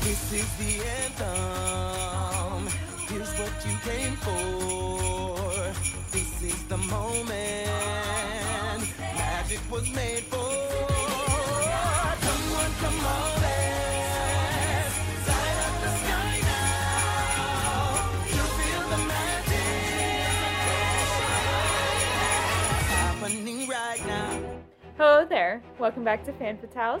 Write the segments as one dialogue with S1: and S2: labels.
S1: This is the anthem. Here's what you came for. This is the moment. Magic was made for. Come on, come on. let's light up the sky now. You'll feel the magic. Happening right now.
S2: Hello there. Welcome back to Fan Fatales.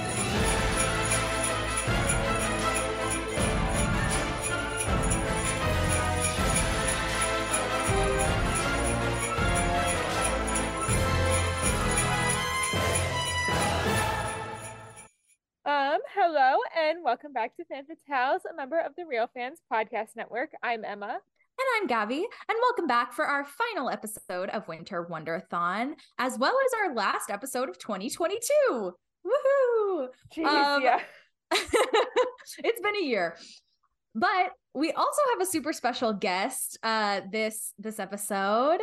S2: Um, hello and welcome back to Fan Fatales, a member of the Real Fans Podcast Network. I'm Emma.
S3: And I'm Gabby, and welcome back for our final episode of Winter Wonderthon, as well as our last episode of 2022. Woohoo!
S2: Jeez,
S3: Um,
S2: yeah.
S3: it's been a year but we also have a super special guest uh this this episode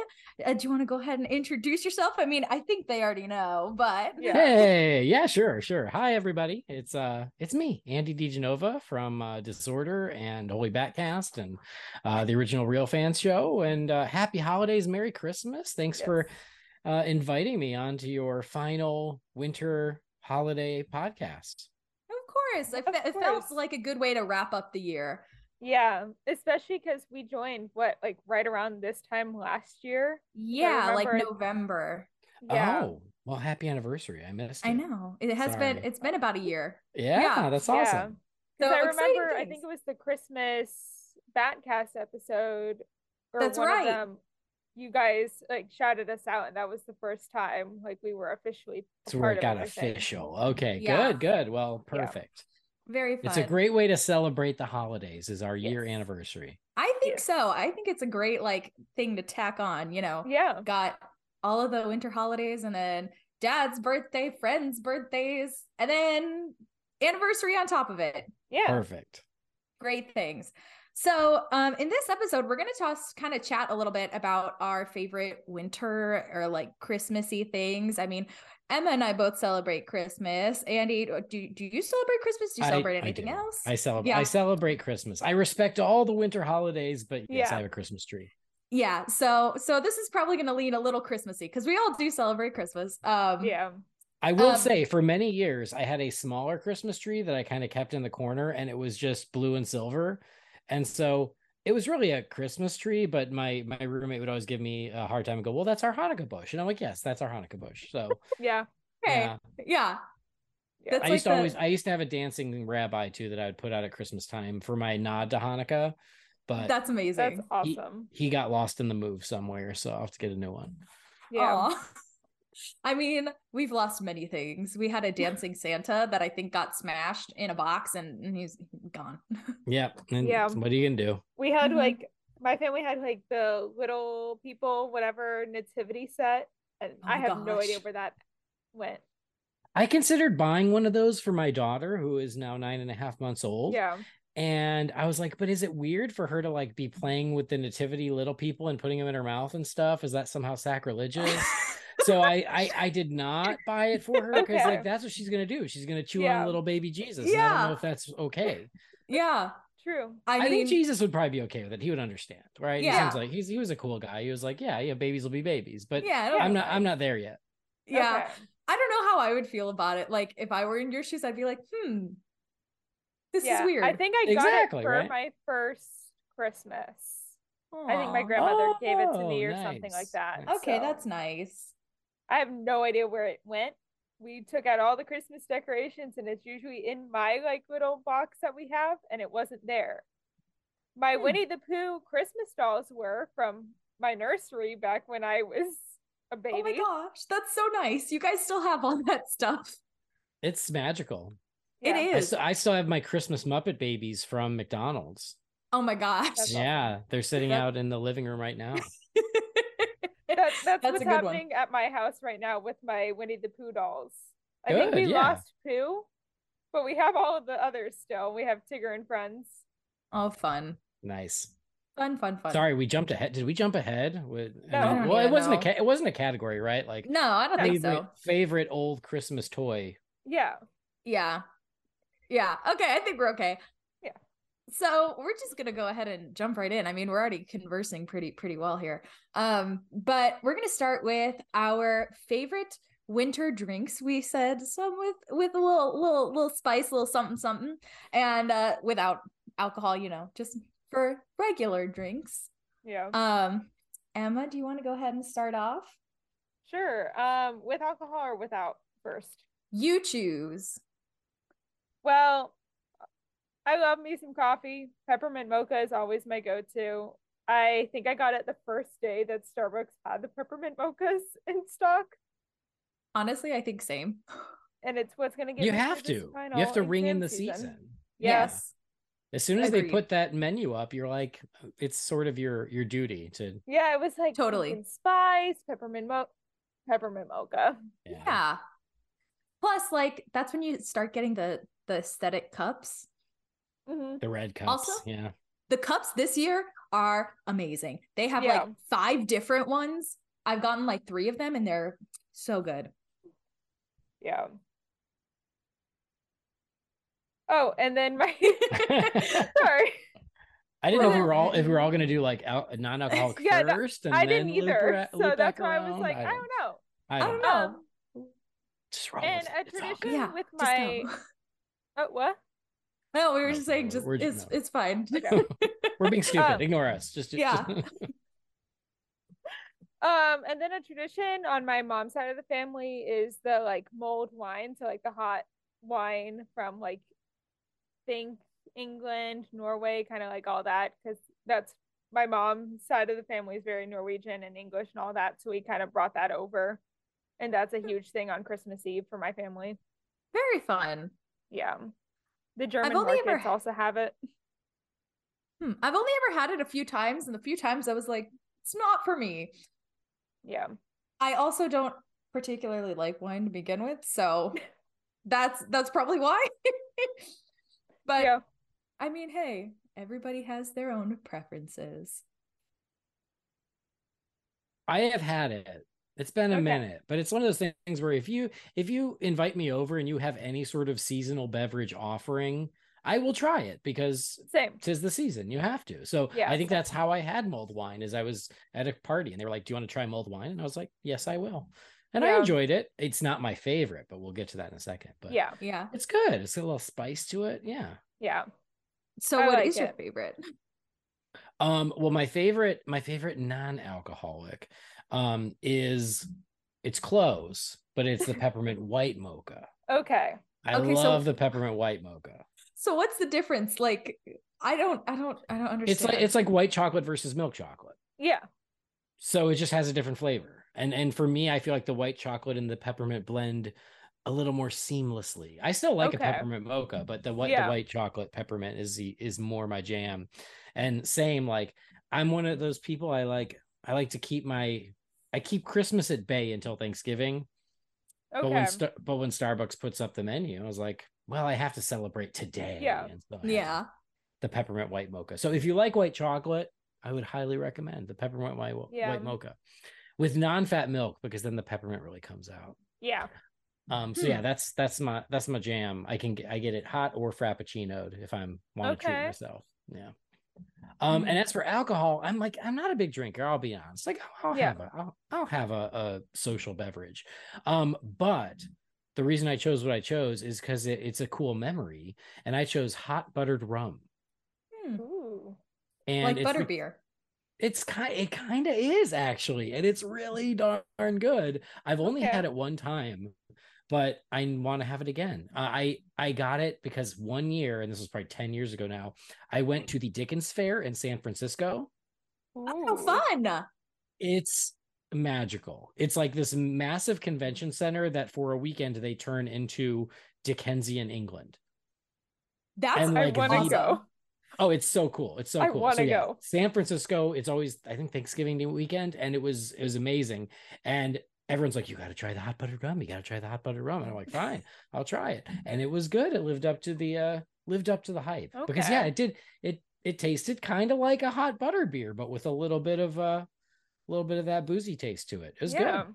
S3: uh, do you want to go ahead and introduce yourself i mean i think they already know but
S2: Yeah.
S4: Hey, yeah, sure, sure. Hi, everybody. It's uh, it's me, Andy DeGenova from uh, Disorder and Holy Batcast and uh, the original Real Fans Show. And uh, happy holidays, Merry Christmas. Thanks for uh, inviting me onto your final winter holiday podcast.
S3: of course I
S2: Of
S3: fe- it felt
S2: course.
S3: like a good way to wrap up the year
S2: Yeah, especially because we joined what like right around this time last year.
S3: yeah like
S2: remember-
S3: november
S2: Yeah,
S4: Oh, well, happy anniversary. I missed.
S3: i
S4: it.
S3: know it has been
S4: Sorry.
S3: it's been about a year
S4: Yeah,
S3: Yeah,
S4: that's
S2: yeah.
S4: awesome.
S2: 'Cause
S3: So
S2: I
S3: exciting
S2: remember. I think
S3: things.
S2: it was the Christmas Batcast episode, or
S3: That's
S2: one
S3: right.
S2: of them. You guys like shouted us out, and that was the first time like we were officially. a
S4: It's where it
S2: part
S4: got
S2: of everything.
S4: official. Okay,
S3: Yeah.
S4: good, good. Well,
S2: Yeah.
S4: perfect.
S3: very fun
S4: It's a great way to celebrate the holidays. Is our year
S2: Yes.
S4: anniversary.
S3: i think
S2: Yes.
S3: so i think it's a great like thing to tack on you know
S2: Yeah,
S3: got all of the winter holidays and then dad's birthday, friends' birthdays, and then anniversary on top of it.
S2: yeah,
S4: Perfect.
S3: Great things. So, um, in this episode, we're going to toss kind of chat a little bit about our favorite winter or like Christmassy things. I mean, Emma and I both celebrate Christmas. Andy, do, do you celebrate Christmas? Do you
S4: I-
S3: celebrate
S4: I
S3: anything
S4: do.
S3: else?
S4: I celebrate.
S3: Yeah.
S4: I celebrate Christmas. I respect all the winter holidays, but yes,
S2: Yeah.
S4: I have a Christmas tree.
S3: yeah. So, so this is probably going to lean a little Christmassy because we all do celebrate Christmas. Um,
S2: yeah.
S4: I will
S3: Um,
S4: say, for many years, I had a smaller Christmas tree that I kind of kept in the corner, and it was just blue and silver, and so it was really a Christmas tree. But my my roommate would always give me a hard time and go, "Well, that's our Hanukkah bush," and I'm like, "Yes, that's our Hanukkah bush." So
S2: Yeah.
S3: Okay.
S4: yeah.
S3: yeah.
S2: Yeah.
S3: That's
S4: I
S3: like
S4: used to
S3: the-
S4: always I used to have a dancing rabbi too that I would put out at Christmas time for my nod to Hanukkah, but
S3: That's amazing.
S2: That's awesome.
S4: he got lost in the move somewhere, so I'll have to get a new one.
S2: Yeah.
S3: Aw. I mean, we've lost many things. We had a dancing Santa that I think got smashed in a box and, and he's gone.
S4: Yep. And
S2: Yeah.
S4: what are you gonna do?
S2: We had
S3: Mhm.
S2: like my family had like the little people, whatever nativity set, and
S3: Oh
S2: I
S3: my
S2: have no idea
S3: gosh.
S2: where that went.
S4: I considered buying one of those for my daughter, who is now nine and a half months old.
S2: Yeah,
S4: And I was like, but is it weird for her to like be playing with the nativity little people and putting them in her mouth and stuff? Is that somehow sacrilegious? so I, I I did not buy it for her because
S2: Okay.
S4: like that's what she's gonna do. She's gonna chew
S2: Yeah.
S4: on little baby Jesus. and I
S3: Yeah.
S4: don't know if that's okay.
S3: yeah.
S2: true.
S3: I,
S4: I,
S3: mean,
S4: think Jesus would probably be okay with it. He would understand, right? He
S3: Yeah.
S4: seems like he's he was a cool guy. He was like, yeah, yeah, babies will be babies, but
S3: yeah, I don't-
S4: I'm not I'm not there yet.
S3: yeah.
S2: Okay.
S3: I don't know how I would feel about it. Like, if I were in your shoes, I'd be like, hmm, this
S2: Yeah,
S3: is weird.
S2: I think I got
S4: Exactly,
S2: it for
S4: right?
S2: my first Christmas. I think my
S3: Aw.
S2: grandmother gave it to me or
S4: Oh,
S2: something like
S4: nice,
S2: that.
S4: nice.
S3: Okay,
S2: so
S3: that's nice.
S2: I have no idea where it went. We took out all the Christmas decorations, and it's usually in my like little box that we have, and it wasn't there. My
S3: Hmm.
S2: Winnie the Pooh Christmas dolls were from my nursery back when I was a baby.
S3: Oh my gosh, that's so nice. You guys still have all that stuff.
S4: It's magical.
S2: Yeah.
S3: It
S4: I,
S3: is.
S4: st- I still have my Christmas Muppet babies from McDonald's.
S3: oh my gosh.
S2: That's awesome.
S4: yeah, they're sitting
S2: That-
S4: out in the living room right now.
S2: That, that's,
S3: That's
S2: what's
S3: a good one.
S2: happening at my house right now with my Winnie the Pooh dolls. I think
S4: Good,
S2: we
S4: yeah.
S2: lost Pooh, But we have all of the others still. We have Tigger and Friends.
S3: Oh, fun.
S4: Nice.
S3: Fun, fun, fun.
S4: Sorry, we jumped ahead. Did we jump ahead? With
S2: No.
S4: I
S2: I
S4: mean,
S3: don't
S4: well, it
S3: even
S4: wasn't a
S3: know.
S4: ca- it wasn't a category, right? Like
S3: No, I don't think
S4: favorite,
S3: so.
S4: favorite old Christmas toy.
S2: Yeah.
S3: Yeah. Yeah. Okay. I think we're okay.
S2: Yeah.
S3: So we're just gonna go ahead and jump right in. I mean, we're already conversing pretty pretty well here. Um, but we're gonna start with our favorite winter drinks. We said some with with a little little little spice, a little something something, and uh without alcohol, you know, just for regular drinks.
S2: Yeah.
S3: Um, Emma, do you want to go ahead and start off?
S2: Sure. Um, with alcohol or without first?
S3: You choose.
S2: Well, I love me some coffee. Peppermint mocha is always my go to. I think I got it the first day that Starbucks had the peppermint mochas in stock,
S3: Honestly, I think same.
S2: and it's what's going to get
S4: You
S2: me through
S4: have
S2: this
S4: to. You
S2: final
S4: have to ring
S2: exam
S4: in the season.
S2: Yeah.
S3: Yes.
S4: As soon as they
S3: Agreed.
S4: put that menu up, you're like, it's sort of your your duty to.
S2: Yeah, it was like
S3: Totally.
S2: pumpkin spice, peppermint mo peppermint mocha.
S4: Yeah.
S3: Yeah. Plus, like that's when you start getting the the aesthetic cups.
S2: hmm
S4: The red cups.
S3: Also-
S4: yeah.
S3: The cups this year are amazing. They have like
S2: Yeah.
S3: five different ones. I've gotten like three of them, and they're so good.
S2: Yeah. Oh, and then my sorry,
S4: I didn't know
S3: Well,
S4: if we were all if we were all gonna do like al- non-alcoholic
S2: Yeah, no,
S4: first, and
S2: I
S4: then
S2: didn't
S4: loop
S2: either.
S4: ra-
S2: So
S4: loop back
S2: that's why I was
S4: around.
S2: like, I don't, know.
S4: I
S3: I
S4: don't
S3: don't
S4: know.
S3: know.
S2: Um,
S4: Just roll
S2: and
S4: with
S2: a
S4: it. It's all
S2: tradition-
S4: good.
S3: Yeah,
S2: with
S3: just
S2: my-
S3: go.
S2: Oh, what?
S3: No, we were
S4: No,
S3: just saying,
S4: no,
S3: just
S4: we're-
S3: it's
S4: no.
S3: it's fine.
S2: Okay.
S4: We're being stupid.
S2: Um,
S4: Ignore us. Just, just-
S3: yeah.
S2: Um, and then a tradition on my mom's side of the family is the like mulled wine, so like the hot wine from like think England, Norway, kind of like all that, because that's my mom's side of the family is very Norwegian and English and all that, so we kind of brought that over, and that's
S3: Hmm.
S2: a huge thing on Christmas Eve for my family.
S3: Very fun.
S2: Yeah, the German
S3: only ever
S2: markets
S3: ha-
S2: also have it.
S3: Hmm. I've only ever had it a few times, and the few times I was like, it's not for me.
S2: Yeah,
S3: I also don't particularly like wine to begin with, so that's that's probably why. but
S2: yeah.
S3: I mean, hey, everybody has their own preferences.
S4: I have had it. It's been a
S2: Okay.
S4: minute, but it's one of those things where if you if you invite me over and you have any sort of seasonal beverage offering, I will try it because
S2: Same.
S4: tis the season. You have to. So
S2: Yeah.
S4: I think that's how I had mulled wine. Is I was at a party and they were like, "Do you want to try mulled wine?" And I was like, "Yes, I will." And I
S2: Yeah.
S4: enjoyed it. It's not my favorite, but we'll get to that in a second. But
S2: Yeah,
S3: Yeah.
S4: it's good. It's got a little spice to it. Yeah.
S2: yeah.
S3: So
S2: I
S3: what is
S2: like
S3: your
S2: it.
S3: favorite?
S4: Um, well, my favorite, my favorite non-alcoholic, um, is it's close, but it's the peppermint white mocha.
S2: Okay.
S4: I
S3: Okay, so-
S4: love the peppermint white mocha.
S3: So what's the difference? Like I don't I don't I don't understand.
S4: It's like it's like white chocolate versus milk chocolate.
S2: Yeah.
S4: So it just has a different flavor. And and for me, I feel like the white chocolate and the peppermint blend a little more seamlessly. I still like
S2: Okay.
S4: a peppermint mocha, but the white
S2: Yeah.
S4: the white chocolate peppermint is the is more my jam. And same, like I'm one of those people I like I like to keep my I keep Christmas at bay until Thanksgiving. But
S2: Okay.
S4: when Star- but when Starbucks puts up the menu, I was like, well, I have to celebrate today.
S2: Yeah.
S4: And so I had
S3: yeah.
S4: the peppermint white mocha. So if you like white chocolate, I would highly recommend the peppermint white
S2: Yeah.
S4: white mocha with non-fat milk because then the peppermint really comes out.
S2: yeah.
S4: Um
S2: Hmm.
S4: so yeah, that's that's my that's my jam. I can get I get it hot or frappuccinoed if I'm want to treat
S2: Okay. Hmm.
S4: myself. Yeah. Um and as for alcohol, I'm like I'm not a big drinker, I'll be honest. Like I'll
S2: Yeah.
S4: have a I'll, I'll have a, a social beverage. Um but the reason I chose what I chose is cuz it, it's a cool memory and I chose hot buttered rum.
S3: Hmm.
S2: Ooh.
S4: And
S3: Like
S4: it's
S3: butterbeer.
S4: be- It's kind it kind of is actually, and it's really darn good. I've only
S2: Okay.
S4: had it one time, but I want to have it again. Uh, I I got it because one year, and this was probably 10 years ago now, I went to the Dickens Fair in San Francisco.
S3: Oh,
S2: Ooh.
S3: fun.
S4: It's magical. It's like this massive convention center that for a weekend they turn into Dickensian England.
S3: That's
S4: And,
S2: I
S4: like,
S2: want to
S4: the-
S2: go.
S4: Oh, it's so cool. It's so
S2: I
S4: cool.
S2: wanna
S4: so, yeah,
S2: go.
S4: San Francisco, it's always I think Thanksgiving Day weekend and it was it was amazing. And everyone's like, you got to try the hot buttered rum. You got to try the hot buttered rum. And I'm like, fine, I'll try it. And it was good. It lived up to the uh lived up to the hype because yeah,
S2: Okay.
S4: it did. It it tasted kind of like a hot butter beer, but with a little bit of uh, a little bit of that boozy taste to it. It was
S2: yeah.
S4: good.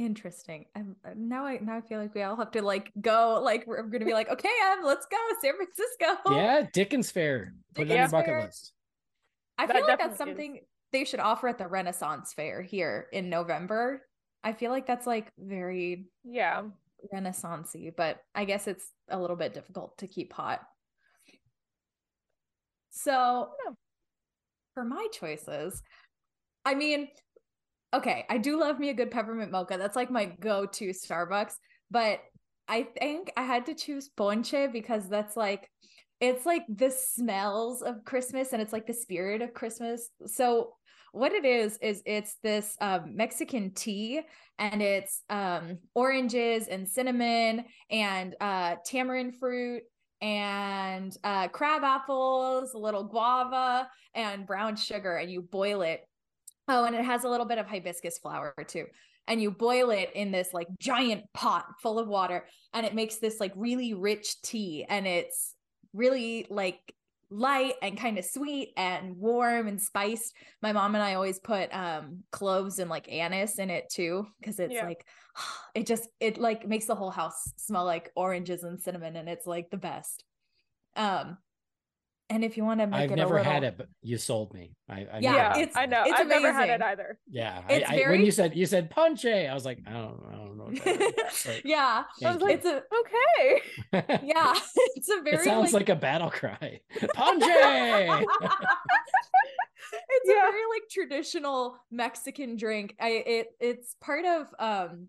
S3: Interesting. I'm, uh, now I now I feel like we all have to like go. Like we're gonna be like, okay, Em, let's go, San Francisco.
S4: Yeah, Dickens Fair. Put it on your
S2: Dickens
S4: bucket
S3: Fair.
S4: list.
S3: I
S2: That
S3: feel like that's
S2: definitely is.
S3: something they should offer at the Renaissance Fair here in November. I feel like that's like very
S2: Yeah.
S3: renaissancey, but I guess it's a little bit difficult to keep hot. So
S2: No.
S3: for my choices, I mean, okay, I do love me a good peppermint mocha. That's like my go-to Starbucks, but I think I had to choose ponche because that's like it's like the smells of Christmas and it's like the spirit of Christmas. So what it is is it's this um, Mexican tea and it's um, oranges and cinnamon and uh, tamarind fruit and uh, crab apples, a little guava, and brown sugar, and you boil it. Oh, and it has a little bit of hibiscus flower too. And you boil it in this like giant pot full of water, and it makes this like really rich tea. And it's really like light and kind of sweet and warm and spiced. My mom and I always put um cloves and like anise in it too because it's
S2: Yeah.
S3: like it just it like makes the whole house smell like oranges and cinnamon and it's like the best. Um and if you want to make
S4: I've
S3: it
S4: never
S3: a little,
S4: had it, but you sold me. I,
S3: Yeah,
S4: I never
S2: Yeah.
S4: had
S3: it's-
S4: it.
S2: I know.
S3: it's
S2: I've never had it
S3: amazing.
S2: either.
S4: Yeah,
S3: It's
S4: I, I, when
S3: very-
S4: you said you said punche, I was like, I don't, I don't know. What that is, but
S3: yeah.
S2: I was
S4: thank
S3: It's a
S2: Okay.
S4: you.
S3: yeah, it's a very
S4: it sounds
S3: like
S4: like, a battle cry. eh! Punche!
S3: it's
S2: Yeah.
S3: a very like traditional Mexican drink. I it it's part of um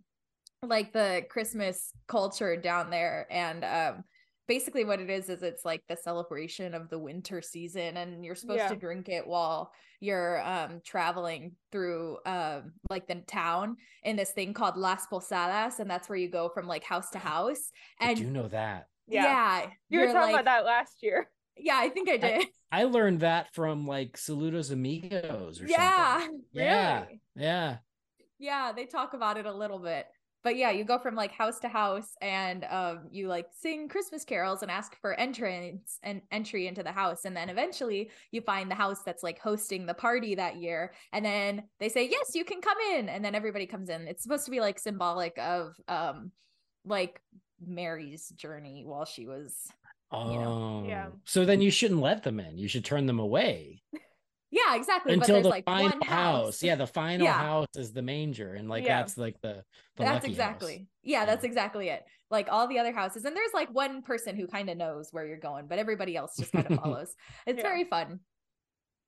S3: like the Christmas culture down there and um basically what it is is it's like the celebration of the winter season and you're supposed
S2: Yeah.
S3: to drink it while you're um traveling through um like the town in this thing called Las Posadas and that's where you go from like house to house
S4: Oh, I
S3: and
S4: do know that.
S2: Yeah.
S3: yeah,
S2: You were
S3: you're,
S2: talking
S3: like-
S2: about that last year.
S3: Yeah, I think I did.
S4: I learned that from like Saludos Amigos or
S3: yeah.
S4: something. Yeah.
S3: Really?
S4: Yeah.
S3: Yeah, they talk about it a little bit. But yeah, you go from like house to house and um you like sing Christmas carols and ask for entrance and entry into the house and then eventually you find the house that's like hosting the party that year and then they say yes, you can come in and then everybody comes in. It's supposed to be like symbolic of um like Mary's journey while she was
S4: Oh.
S2: Yeah.
S4: So then you shouldn't let them in. You should turn them away
S3: Yeah, exactly. but
S4: until
S3: there's
S4: the
S3: like
S4: final
S3: one
S4: house.
S3: house.
S4: Yeah, the final
S3: Yeah.
S4: house is the manger, and like
S2: Yeah.
S4: that's like the, the
S3: that's
S4: lucky house.
S3: exactly yeah
S4: Yeah.
S3: that's exactly it like all the other houses and there's like one person who kind of knows where you're going but everybody else just kind of follows it's
S2: Yeah.
S3: very fun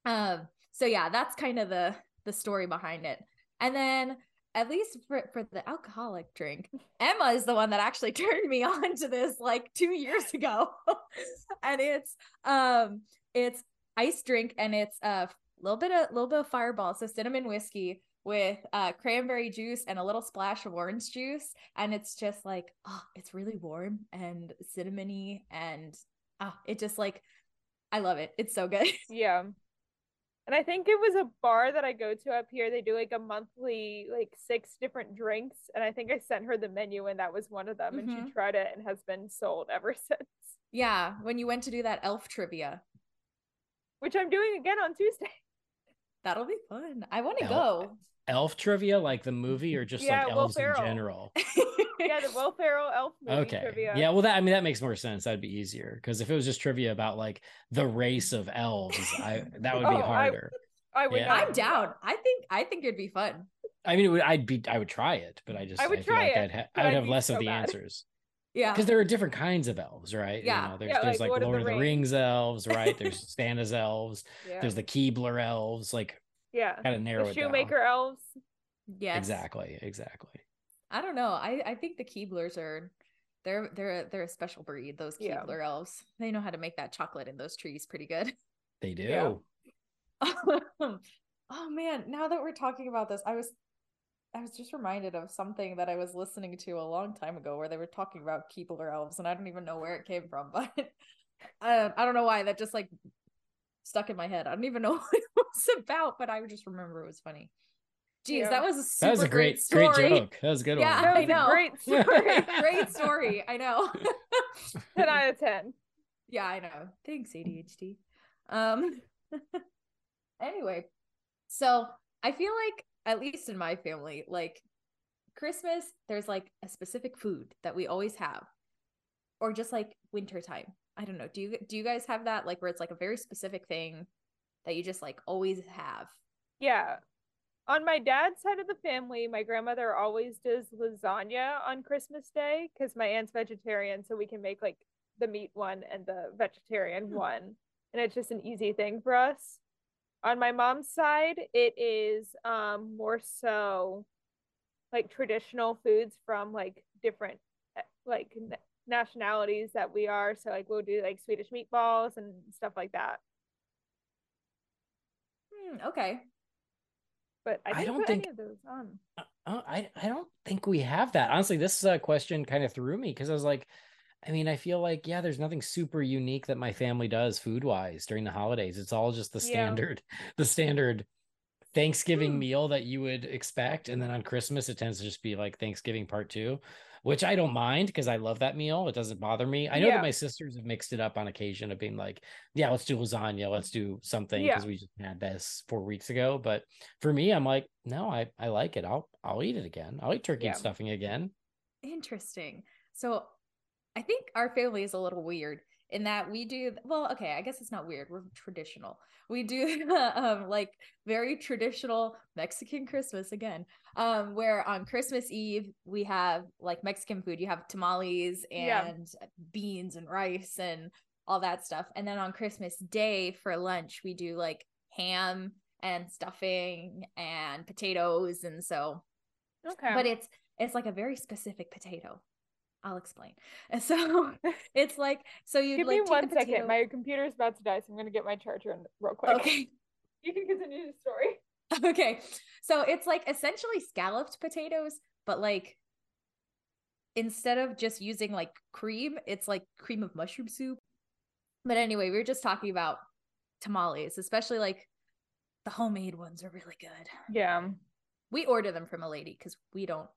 S3: um so yeah that's kind of the the story behind it and then at least for, for the alcoholic drink emma is the one that actually turned me on to this like two years ago and it's um it's ice drink and it's a little bit of little bit of fireball so cinnamon whiskey with uh cranberry juice and a little splash of orange juice and it's just like oh it's really warm and cinnamony and ah it just like i love it it's so good
S2: Yeah. And I think it was a bar that I go to up here. They do like a monthly, like six different drinks. And I think I sent her the menu, and that was one of them. And she
S3: Mhm.
S2: tried it and has been sold ever since,
S3: yeah when you went to do that elf trivia
S2: which I'm doing again on Tuesday.
S3: that'll be fun i want to
S4: Elf-
S3: go
S4: Elf trivia, like the movie, or just
S2: Yeah,
S4: like
S2: Will
S4: elves in
S2: Ferrell.
S4: general.
S2: Yeah, the Will Ferrell elf movie
S4: Okay.
S2: trivia.
S4: Yeah. Well, that I mean that makes more sense. That'd be easier because if it was just trivia about like the race of elves, I that would be
S2: Oh, I-
S4: harder.
S2: I would
S4: Yeah.
S2: not do
S3: i'm
S2: that.
S3: down i think i think it'd be fun
S4: I mean, it would, I'd be, I would try it, but I just,
S2: I would
S4: feel
S2: try
S4: like
S2: it,
S4: I'd, ha-
S2: but
S4: I would
S2: I'd
S4: have
S2: be
S4: less
S2: so
S4: of the
S2: bad.
S4: answers
S3: yeah
S4: because there are different kinds of elves, right?
S3: Yeah.
S4: You know, there's,
S2: Yeah,
S4: there's like,
S2: like
S4: Lord, of the Rings, elves, right? There's Santa's elves.
S2: Yeah.
S4: There's the Keebler elves. Like,
S2: yeah.
S4: kind of narrow
S2: The
S4: it down.
S2: shoemaker elves.
S3: yes
S4: Exactly. Exactly.
S3: I don't know. I I think the Keeblers are they're they're they're a special breed. Those
S2: Yeah.
S3: Keebler elves. They know how to make that chocolate in those trees pretty good.
S4: They do.
S2: Yeah.
S3: oh man, now that we're talking about this, I was I was just reminded of something that I was listening to a long time ago where they were talking about Keebler elves and I don't even know where it came from, but uh, I don't know why that just like stuck in my head. I don't even know what it was about, but I just remember it was funny. Geez,
S2: Yeah.
S3: that was a super
S4: That was a great,
S3: story.
S4: great joke. That was a good
S3: Yeah.
S2: That
S3: I
S2: was a
S3: know.
S2: great story.
S3: great story. I know.
S2: Ten out of ten.
S3: Yeah, I know. Thanks, ADHD. Um anyway, so I feel like at least in my family, like Christmas, there's like a specific food that we always have. Or just like wintertime. I don't know. Do you do you guys have that like where it's like a very specific thing that you just like always have?
S2: Yeah. On my dad's side of the family, my grandmother always does lasagna on Christmas Day because my aunt's vegetarian, so we can make like the meat one and the vegetarian
S3: Hmm.
S2: one. And it's just an easy thing for us. On my mom's side, it is um, more so like traditional foods from like different eh, like n- nationalities that we are. So like we'll do like Swedish meatballs and stuff like that.
S3: Hmm, okay.
S2: But I
S4: I
S2: didn't
S4: don't
S2: put
S4: think-
S2: any of those on.
S4: Oh, I I don't think we have that. Honestly, this uh, question kind of threw me because I was like, I mean, I feel like yeah, there's nothing super unique that my family does food wise during the holidays. It's all just the
S2: Yeah.
S4: standard, the standard Thanksgiving
S3: Hmm.
S4: meal that you would expect, and then on Christmas it tends to just be like Thanksgiving part two, which I don't mind because I love that meal. It doesn't bother me. I know
S2: Yeah.
S4: that my sisters have mixed it up on occasion of being like, yeah, let's do lasagna, let's do something
S2: Yeah.
S4: because we just had this four weeks ago, but for me, I'm like, no, I I like it. I'll I'll eat it again. I'll eat turkey and
S2: Yeah.
S4: stuffing again.
S3: Interesting. So I think our family is a little weird in that we do well, okay, I guess it's not weird. We're traditional. We do um like very traditional Mexican Christmas again. Um where on Christmas Eve we have like Mexican food. You have tamales
S2: Yeah.
S3: and beans and rice and all that stuff. And then on Christmas Day for lunch we do like ham and stuffing and potatoes and so
S2: Okay.
S3: but it's it's like a very specific potato. I'll explain. And so it's like so you
S2: Give
S3: like
S2: me
S3: take
S2: one
S3: a
S2: second.
S3: potato-
S2: My computer's about to die, so I'm gonna get my charger in real quick.
S3: okay
S2: You can continue the story.
S3: okay. So it's like essentially scalloped potatoes, but like instead of just using like cream, it's like cream of mushroom soup. But anyway, we were just talking about tamales, especially like the homemade ones are really good.
S2: Yeah.
S3: we order them from a lady because we don't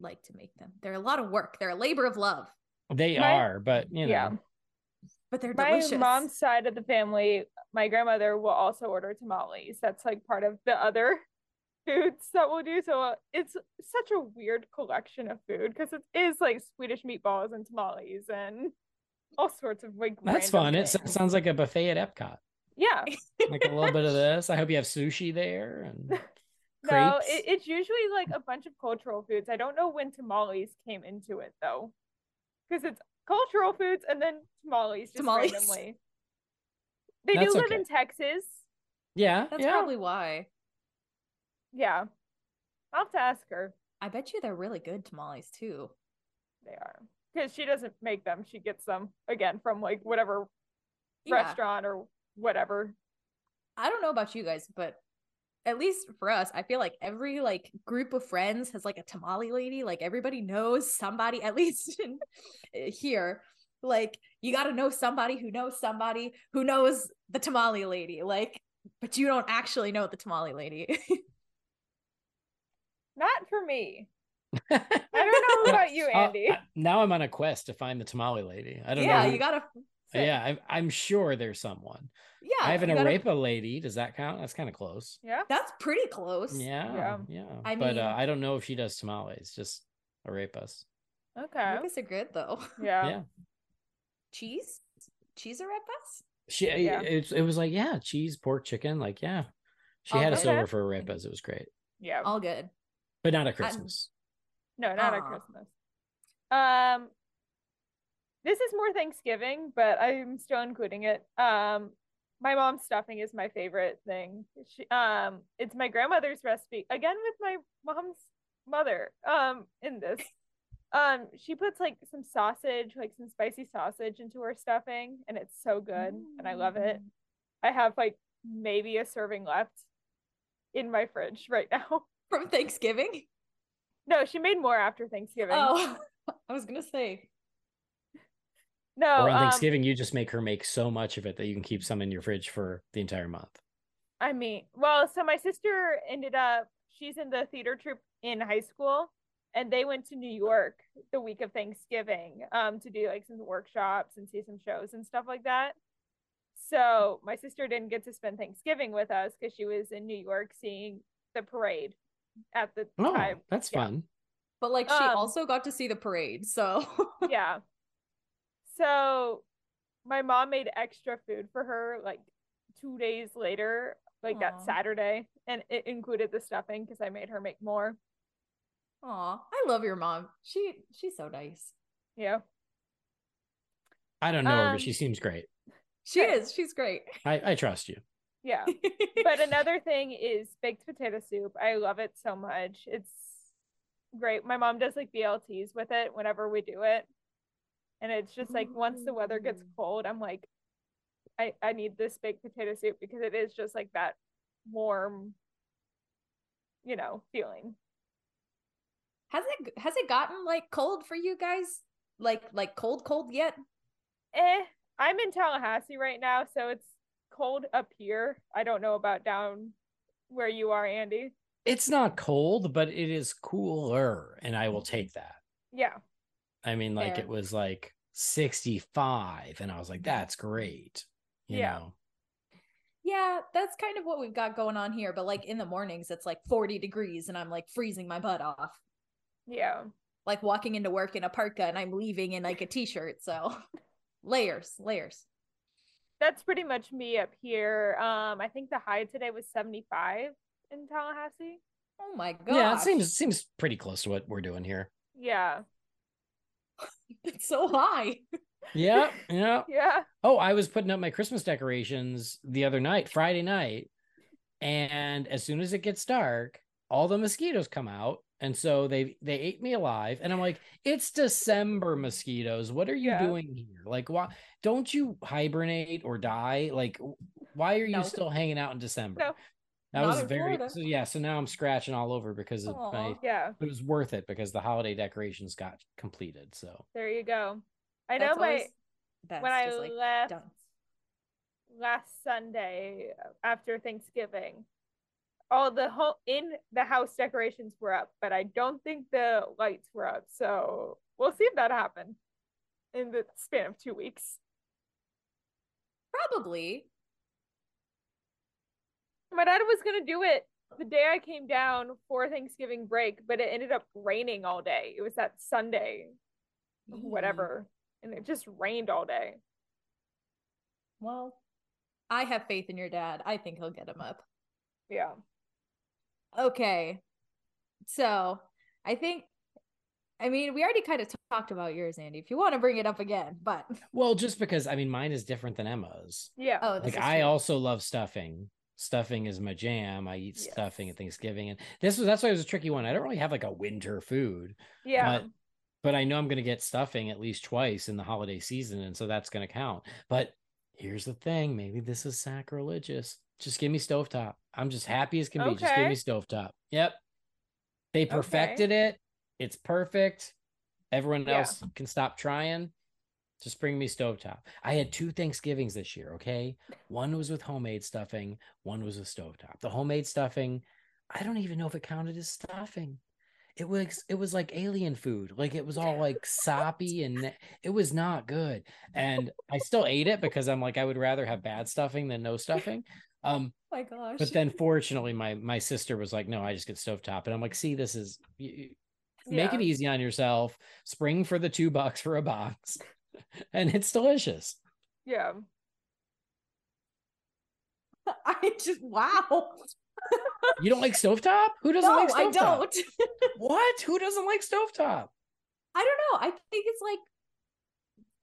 S3: like to make them. They're a lot of work. They're a labor of love,
S4: They
S2: My-
S4: are, but you know,
S2: yeah.
S3: but they're
S2: My
S3: delicious.
S2: mom's side of the family, my grandmother will also order tamales. That's like part of the other foods that we'll do. So uh, it's such a weird collection of food because it is like Swedish meatballs and tamales and all sorts of like.
S4: that's
S2: random
S4: fun. It s-
S2: things.
S4: sounds like a buffet at Epcot.
S2: yeah.
S4: Like a little bit of this. I hope you have sushi there and
S2: No,
S4: crepes.
S2: it, it's usually like a bunch of cultural foods. I don't know when tamales came into it though, because it's cultural foods and then tamales just
S3: Tamales.
S2: randomly. They
S4: That's
S2: do live
S4: okay.
S2: in Texas.
S4: yeah,
S3: That's
S4: yeah.
S3: probably why.
S2: Yeah, I'll have to ask her.
S3: I bet you they're really good tamales too.
S2: They are because she doesn't make them. She gets them again from like whatever
S3: Yeah.
S2: restaurant or whatever.
S3: I don't know about you guys, but at least for us, I feel like every like group of friends has like a tamale lady. Like everybody knows somebody, at least in, eh, here. Like you got to know somebody who knows somebody who knows the tamale lady. Like, but you don't actually know the tamale lady.
S2: Not for me. I don't know about you,
S4: Uh,
S2: Andy.
S4: I- now I'm on a quest to find the tamale lady. I don't
S3: yeah,
S4: know. who-
S3: you gotta.
S4: yeah, I'm, I'm sure there's someone.
S3: Yeah,
S4: I have an
S3: you gotta-
S4: arepa lady. Does that count? That's kind of close.
S2: yeah.
S3: That's pretty close.
S4: Yeah, yeah.
S2: Yeah.
S3: I
S4: but
S3: mean-
S4: uh, I don't know if she does tamales, just arepas.
S2: Okay.
S3: Arepas are good though.
S2: Yeah.
S4: yeah.
S3: Cheese, cheese arepas.
S4: She eh,
S2: Yeah.
S4: it's it was like, yeah, cheese, pork, chicken, like yeah. She
S3: All
S2: Oh,
S4: had us
S3: good.
S4: over for arepas. It was great.
S2: Yeah.
S3: All good.
S4: But not at Christmas.
S2: No, not at
S3: Aw.
S2: Christmas. Um, this is more Thanksgiving, but I'm still including it. Um, my mom's stuffing is my favorite thing. She, um, it's my grandmother's recipe again with my mom's mother. Um, in this, um, she puts like some sausage, like some spicy sausage, into her stuffing, and it's so good, and I love it.
S3: Mm.
S2: I have like maybe a serving left in my fridge right now.
S3: From Thanksgiving.
S2: No, she made more after Thanksgiving.
S3: Oh, I was gonna say.
S2: no,
S4: or on
S2: um,
S4: Thanksgiving, you just make her make so much of it that you can keep some in your fridge for the entire month.
S2: I mean, well, so my sister ended up, she's in the theater troupe in high school, and they went to New York the week of Thanksgiving um, to do like some workshops and see some shows and stuff like that. So my sister didn't get to spend Thanksgiving with us because she was in New York seeing the parade at the
S4: Oh,
S2: time.
S4: that's
S2: yeah.
S4: fun.
S3: But like she
S2: Um,
S3: also got to see the parade, so
S2: yeah. So my mom made extra food for her like two days later, like
S3: Aw.
S2: that Saturday, and it included the stuffing because I made her make more.
S3: Aw, I love your mom. She she's so nice.
S2: Yeah.
S4: I don't know her,
S2: Um,
S4: but she seems great.
S3: She
S2: Thanks.
S3: is. She's great.
S4: I, I trust you.
S2: Yeah. But another thing is baked potato soup. I love it so much. It's great. My mom does like BLTs with it whenever we do it. And it's just like once the weather gets
S3: Ooh.
S2: cold, I'm like, I, I need this baked potato soup because it is just like that warm, you know, feeling.
S3: has it has it gotten like cold for you guys? Like like cold cold yet?
S2: Eh, I'm in Tallahassee right now, so it's cold up here. I don't know about down where you are, Andy.
S4: It's not cold, but it is cooler, and I
S2: Mm-hmm.
S4: will take that.
S2: Yeah.
S4: I mean, like
S3: Fair.
S4: it was like 65, and I was like, that's great. You
S2: Yeah.
S4: know.
S3: Yeah, that's kind of what we've got going on here. But like in the mornings, it's like 40 degrees and I'm like freezing my butt off.
S2: Yeah.
S3: Like walking into work in a parka and I'm leaving in like a t-shirt. So layers, layers.
S2: that's pretty much me up here. Um, I think the high today was 75 in Tallahassee.
S3: Oh my god.
S4: Yeah, it seems seems pretty close to what we're doing here.
S2: Yeah.
S3: it's so high.
S4: Yeah, yeah.
S2: Yeah.
S4: Oh, I was putting up my Christmas decorations the other night, Friday night. And as soon as it gets dark, all the mosquitoes come out. And so they they ate me alive. And I'm like, it's December mosquitoes. What are you
S2: Yeah.
S4: doing here? Like, why don't you hibernate or die? Like, w- why are you
S3: No.
S4: still hanging out in December?
S2: No.
S4: That
S3: Not
S4: was
S3: in
S4: very
S3: Florida.
S4: so yeah. So now I'm scratching all over because of my
S3: Aw.
S2: Yeah.
S4: it was worth it because the holiday decorations got completed. So
S2: There you go. I know my
S3: always the best,
S2: when I
S3: is, like,
S2: left
S3: done.
S2: last Sunday after Thanksgiving, all the home in the house decorations were up, but I don't think the lights were up. So we'll see if that happened in the span of two weeks.
S3: Probably.
S2: My dad was gonna do it the day I came down for Thanksgiving break, but it ended up raining all day. It was that Sunday, whatever, and it just rained all day.
S3: Mm, Well, I have faith in your dad. I think he'll get him up.
S2: Yeah,
S3: Okay. So I think, I mean, we already kind of talked about yours, Andy, if you want to bring it up again, but
S4: well, just because I mean mine is different than Emma's.
S2: yeah,
S3: oh, this
S4: like
S3: is
S4: I
S3: true.
S4: also love stuffing. Stuffing is my jam. I eat stuffing at Thanksgiving, and this was that's why it was a tricky one. I don't really have like a winter food,
S2: yeah,
S4: but but I know I'm going to get stuffing at least twice in the holiday season, and so that's going to count. But here's the thing: maybe this is sacrilegious. Just give me stovetop. I'm just happy as can be. Just give me
S2: Okay.
S4: stovetop. Yep, they perfected it. It's perfect. Everyone
S2: Yeah.
S4: else can stop trying. Just bring me stovetop. I had two Thanksgivings this year, okay? One was with homemade stuffing, one was with stovetop. The homemade stuffing, I don't even know if it counted as stuffing. It was it was like alien food. Like it was all like soppy and na- it was not good. And I still ate it because I'm like I would rather have bad stuffing than no stuffing. Um
S3: oh my gosh.
S4: but then fortunately my my sister was like no, I just get stovetop and I'm like see this is y- y- make
S2: yeah.
S4: it easy on yourself spring for the two bucks for a box and it's delicious
S2: yeah.
S3: I just, wow.
S4: you don't like stovetop who doesn't
S3: No,
S4: like stovetop
S3: I don't.
S4: what who doesn't like stovetop
S3: I don't know. I think it's like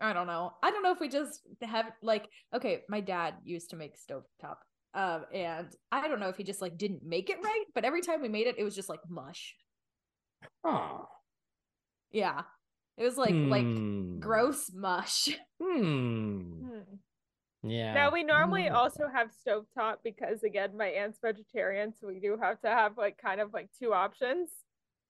S3: I don't know. I don't know if we just have like okay, my dad used to make stovetop. Um and I don't know if he just like didn't make it right, but every time we made it it was just like mush.
S4: oh
S3: Yeah. It was like like gross mush.
S4: hmm.
S2: Hmm.
S4: yeah
S2: Now we normally
S4: Mm.
S2: also have stovetop because again, my aunt's vegetarian, so we do have to have like kind of like two options.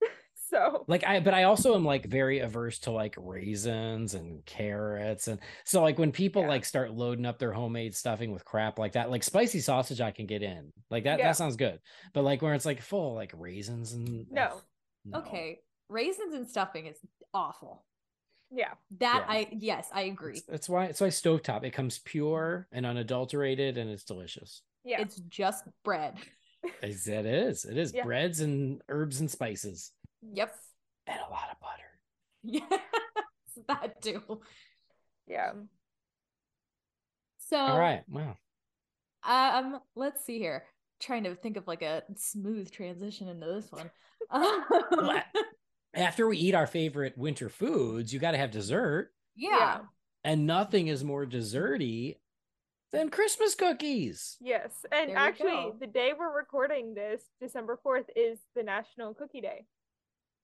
S2: So
S4: like I but I also am like very averse to like raisins and carrots and so like when people
S2: Yeah.
S4: like start loading up their homemade stuffing with crap like that like spicy sausage I can get in like that
S2: Yeah.
S4: that sounds good but like where it's like full of, like raisins and
S2: No.
S4: no.
S3: Okay. Raisins and stuffing is awful.
S2: yeah,
S3: That
S4: Yeah.
S3: I yes, I agree.
S4: It's- That's why it's why stovetop it comes pure and unadulterated and it's delicious
S2: yeah,
S3: It's just bread.
S4: It's- it is it is
S2: Yeah.
S4: breads and herbs and spices
S3: Yep.
S4: and a lot of butter
S3: Yes, that too.
S2: yeah.
S3: So
S4: all right wow
S3: um let's see here. Trying to think of like a smooth transition into this one. Um,
S4: after we eat our favorite winter foods you got to have dessert
S3: yeah.
S4: and nothing is more desserty than Christmas cookies.
S2: Yes. And
S3: There you
S2: actually,
S3: go.
S2: the day we're recording this, December 4th, is the National Cookie Day.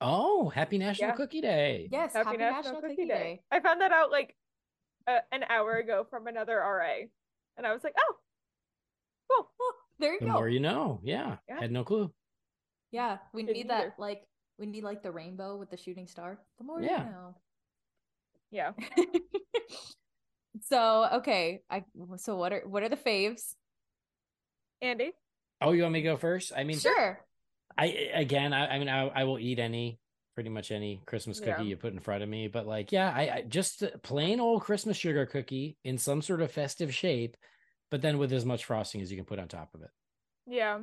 S4: Oh, happy National
S2: Yeah.
S4: Cookie Day.
S3: Yes. Happy, National, Cookie, Day.
S2: I found that out like a, an hour ago from another RA. And I was like, oh, cool.
S3: Oh, there you
S4: The
S3: go.
S4: more you know. Yeah.
S2: Yeah.
S4: Had no clue.
S3: yeah. We
S2: Didn't
S3: need that
S2: either.
S3: like we need like the rainbow with the shooting star. The more
S4: Yeah.
S3: you know.
S2: Yeah.
S3: so okay. I so what are what are the faves?
S2: Andy?
S4: Oh, you want me to go first? I mean,
S3: sure.
S4: I again, I, I mean, I, I will eat any, pretty much any Christmas cookie
S2: Yeah.
S4: you put in front of me. But like, yeah, I, I just a plain old Christmas sugar cookie in some sort of festive shape, but then with as much frosting as you can put on top of it,
S2: Yeah.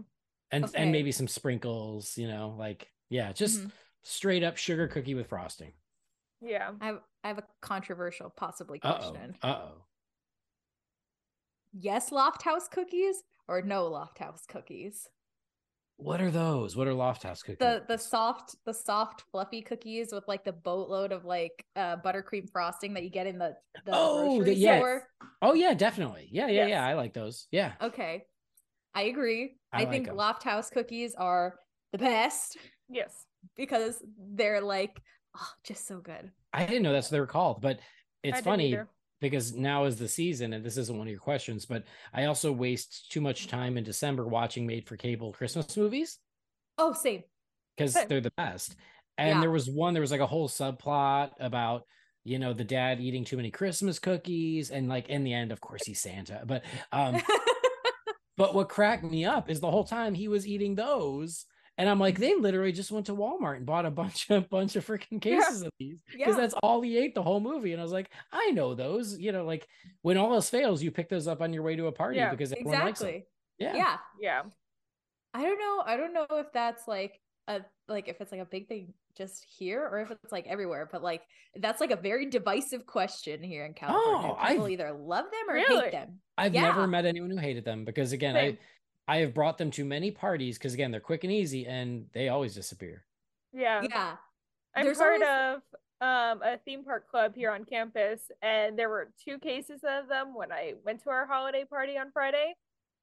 S4: and
S3: Okay.
S4: and maybe some sprinkles. You know, like yeah, just
S2: Mm-hmm.
S3: Mhm.
S4: straight up sugar cookie with frosting.
S2: Yeah.
S3: I have I have a controversial possibly
S4: Uh oh.
S3: question.
S4: Uh oh.
S3: Yes, Loft House cookies or no Loft House cookies?
S4: What are those? What are Loft House cookies?
S3: The the soft the soft fluffy cookies with like the boatload of like uh buttercream frosting that you get in the the
S4: Oh, the-
S3: grocery
S4: yes.
S3: store.
S4: Oh yeah, definitely. Yeah, yeah,
S2: Yes.
S4: yeah. I like those. Yeah.
S3: Okay. I agree. I,
S4: I like
S3: think
S4: 'em.
S3: Loft House cookies are the best
S2: Yes.
S3: because they're like oh, just so good.
S4: I didn't know that's what they were called, but
S2: I
S4: it's
S2: didn't
S4: funny
S2: either.
S4: because now is the season, and this isn't one of your questions, but I also waste too much time in December watching made for cable Christmas movies
S3: Oh, same.
S4: because
S2: Same.
S4: they're the best. And
S3: Yeah.
S4: there was one, there was like a whole subplot about you know the dad eating too many Christmas cookies, and like in the end, of course, he's Santa. But um, But what cracked me up is the whole time he was eating those. And I'm like, they literally just went to Walmart and bought a bunch of bunch of freaking
S2: Yeah.
S4: cases of these
S3: yeah.
S4: because that's all he ate the whole movie. And I was like, I know those. You know, like when all else fails, you pick those up on your way to a party
S2: Yeah,
S4: because everyone likes them.
S3: exactly.
S4: Yeah.
S3: yeah.
S2: Yeah.
S3: I don't know. I don't know if that's like a like if it's like a big thing just here or if it's like everywhere. But like that's like a very divisive question here in California.
S4: I've-
S3: People either love them or
S2: Really?
S3: hate them.
S4: I've
S3: Yeah.
S4: never met anyone who hated them because again,
S2: Same.
S4: I I have brought them to many parties because again, they're quick and easy and they always disappear.
S2: Yeah.
S3: Yeah.
S2: I'm
S3: There's
S2: part
S3: always-
S2: of um, a theme park club here on campus, and there were two cases of them when I went to our holiday party on Friday.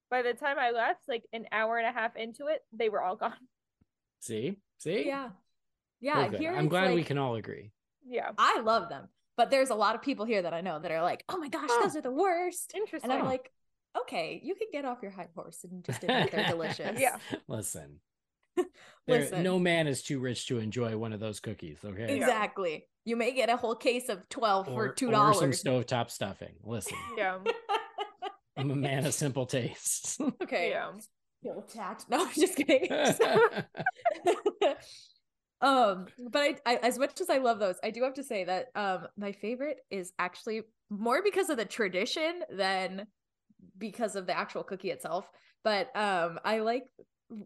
S2: By the time I left, like an hour and a half into it, they were all gone.
S4: See? See?
S3: Yeah.
S4: We're
S3: Yeah.
S4: good.
S3: Here
S4: I'm
S3: it's,
S4: glad we
S3: like-
S4: can all agree.
S2: Yeah,
S3: I love them. But there's a lot of people here that I know that are like, oh my gosh,
S4: Oh.
S3: those are the worst.
S2: interesting.
S3: And I'm like, okay, you can get off your high horse and just admit they're delicious.
S2: Yeah.
S4: Listen. There-
S3: Listen.
S4: No man is too rich to enjoy one of those cookies. Okay.
S3: Exactly. You may get a whole case of 12 for $2.
S4: or some stovetop stuffing. Listen,
S2: yeah,
S4: I'm a man of simple tastes.
S3: okay.
S2: yeah,
S3: Feel attacked. No, I'm just kidding. um, but I, I, as much as I love those, I do have to say that um, my favorite is actually more because of the tradition than because of the actual cookie itself. But um, I like,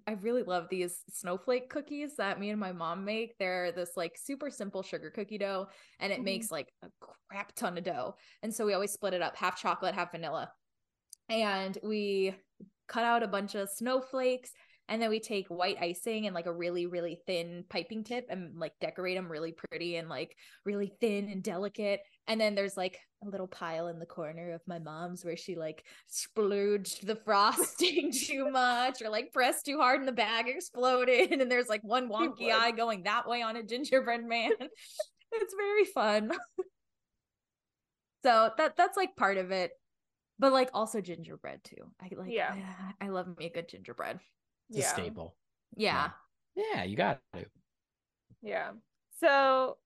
S3: I really love these snowflake cookies that me and my mom make. They're this like super simple sugar cookie dough, and it
S2: Mhm.
S3: makes like a crap ton of dough. And so we always split it up half chocolate, half vanilla. And we cut out a bunch of snowflakes and then we take white icing and like a really really thin piping tip and like decorate them really pretty and like really thin and delicate and then there's like a little pile in the corner of my mom's where she like splurged the frosting too much or like pressed too hard and the bag exploded and there's like one wonky
S2: would.
S3: eye going that way on a gingerbread man it's very fun so that that's like part of it but like also gingerbread too i like
S2: Yeah.
S3: ah, i love me a good gingerbread
S4: It's a
S2: yeah.
S4: staple.
S3: yeah
S4: Yeah, you got to.
S2: Yeah. So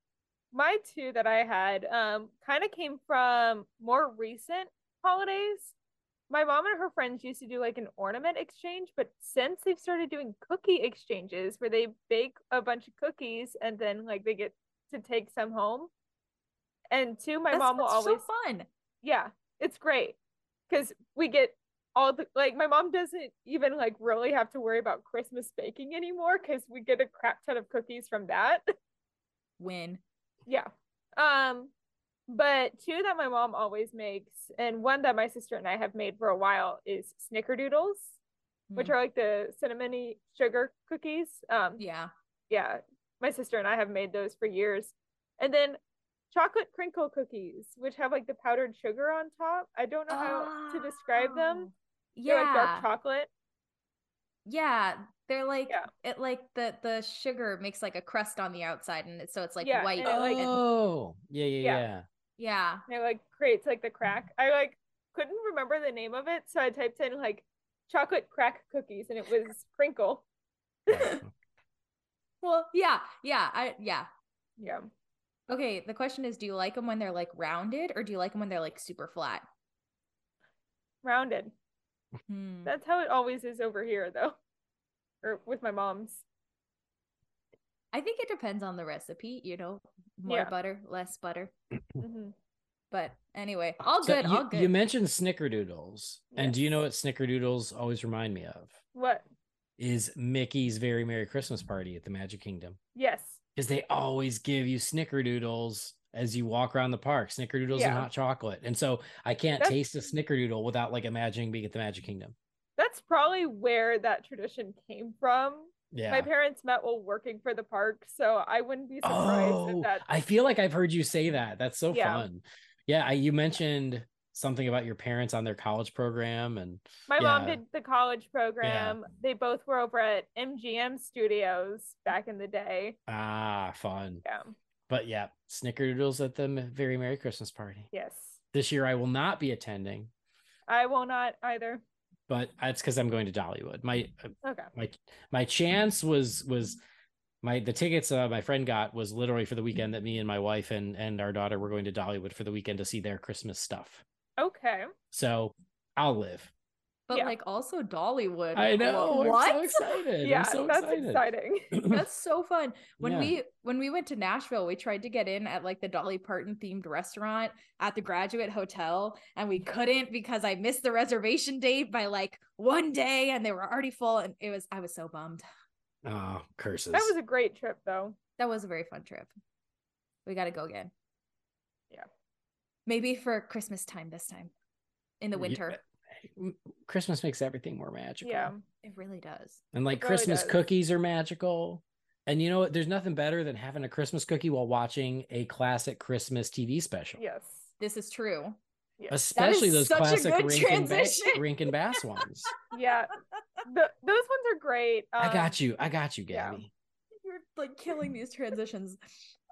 S2: my two that I had um kind of came from more recent holidays. My mom and her friends used to do like an ornament exchange, but since they've started doing cookie exchanges where they bake a bunch of cookies and then like they get to take some home. And two, my
S3: That
S2: mom will
S3: sounds so
S2: always
S3: fun.
S2: yeah, it's great because we get all the like my mom doesn't even like really have to worry about Christmas baking anymore because we get a crap ton of cookies from that.
S3: Win.
S2: yeah. Um, but two that my mom always makes, and one that my sister and I have made for a while is snickerdoodles, which
S3: Mm.
S2: are like the cinnamony sugar cookies. Um,
S3: Yeah.
S2: yeah, my sister and I have made those for years. And then chocolate crinkle cookies, which have like the powdered sugar on top. I don't know how to describe them.
S3: Oh.
S2: They're like
S3: Yeah.
S2: dark chocolate.
S3: yeah. They're like
S2: Yeah.
S3: it like the the sugar makes like a crust on the outside and it, so it's like
S2: Yeah,
S3: white.
S2: and it, like-
S3: and-
S4: oh, yeah, yeah,
S2: Yeah.
S4: yeah.
S3: yeah.
S2: And it like creates like the crack. I like couldn't remember the name of it, so I typed in like chocolate crack cookies and it was crinkle.
S3: Well, yeah. Yeah. I yeah.
S2: Yeah.
S3: Okay, the question is do you like them when they're like rounded or do you like them when they're like super flat?
S2: Rounded.
S3: Hmm.
S2: That's how it always is over here though. Or with my mom's.
S3: I think it depends on the recipe, you know, more
S2: Yeah.
S3: butter, less butter.
S2: hmm
S3: But anyway, all
S4: So
S3: good,
S4: you,
S3: all good.
S4: you mentioned snickerdoodles. And do you
S2: Yes.
S4: know what snickerdoodles always remind me of?
S2: What?
S4: Is Mickey's Very Merry Christmas Party at the Magic Kingdom.
S2: Yes.
S4: Because they always give you snickerdoodles as you walk around the park, snickerdoodles and
S2: Yeah.
S4: hot chocolate. And so I can't
S2: That's-
S4: taste a snickerdoodle without like imagining being at the Magic Kingdom.
S2: That's probably where that tradition came from.
S4: Yeah.
S2: My parents met while working for the park, so I wouldn't be surprised
S4: Oh,
S2: if that.
S4: I feel like I've heard you say that. That's so
S2: Yeah.
S4: fun. Yeah, I, you mentioned something about your parents on their college program, and
S2: My mom
S4: yeah.
S2: did the college program. They both were over at MGM Studios back in the day.
S4: ah, fun.
S2: Yeah.
S4: But yeah, snickerdoodles at the M- very Merry Christmas party.
S2: Yes.
S4: This year I will not be attending,
S2: I will not either.
S4: but it's because I'm going to Dollywood. My
S2: Okay.
S4: my my chance was was my the tickets uh, my friend got was literally for the weekend that me and my wife and and our daughter were going to Dollywood for the weekend to see their Christmas stuff.
S2: Okay.
S4: So I'll live.
S3: but
S2: yeah.
S3: like also Dollywood.
S4: I know. I'm
S3: What?
S4: so excited.
S2: yeah,
S4: I'm so
S2: that's
S4: excited.
S2: exciting.
S3: That's so fun. When
S4: Yeah.
S3: we when we went to Nashville, we tried to get in at like the Dolly Parton themed restaurant at the Graduate Hotel, and we couldn't because I missed the reservation date by like one day, and they were already full. And it was I was so bummed.
S4: Oh, curses.
S2: That was a great trip, though.
S3: That was a very fun trip. We got to go again.
S2: Yeah.
S3: Maybe for Christmas time this time in the
S4: Yeah.
S3: winter.
S4: Christmas makes everything more magical.
S2: Yeah.
S3: It really does.
S4: And like
S2: really
S4: Christmas
S2: does.
S4: cookies are magical. And you know what? There's nothing better than having a Christmas cookie while watching a classic Christmas TV special.
S2: Yes.
S3: This is true.
S2: Yes.
S4: Especially those
S3: such a
S4: classic
S3: good
S4: rink and, ba-
S3: transition.
S4: rink and bass ones.
S2: Yeah. The, those ones are great.
S4: I got
S2: Um,
S4: you. I got you,
S2: yeah.
S4: Gabby.
S3: You're like killing these transitions.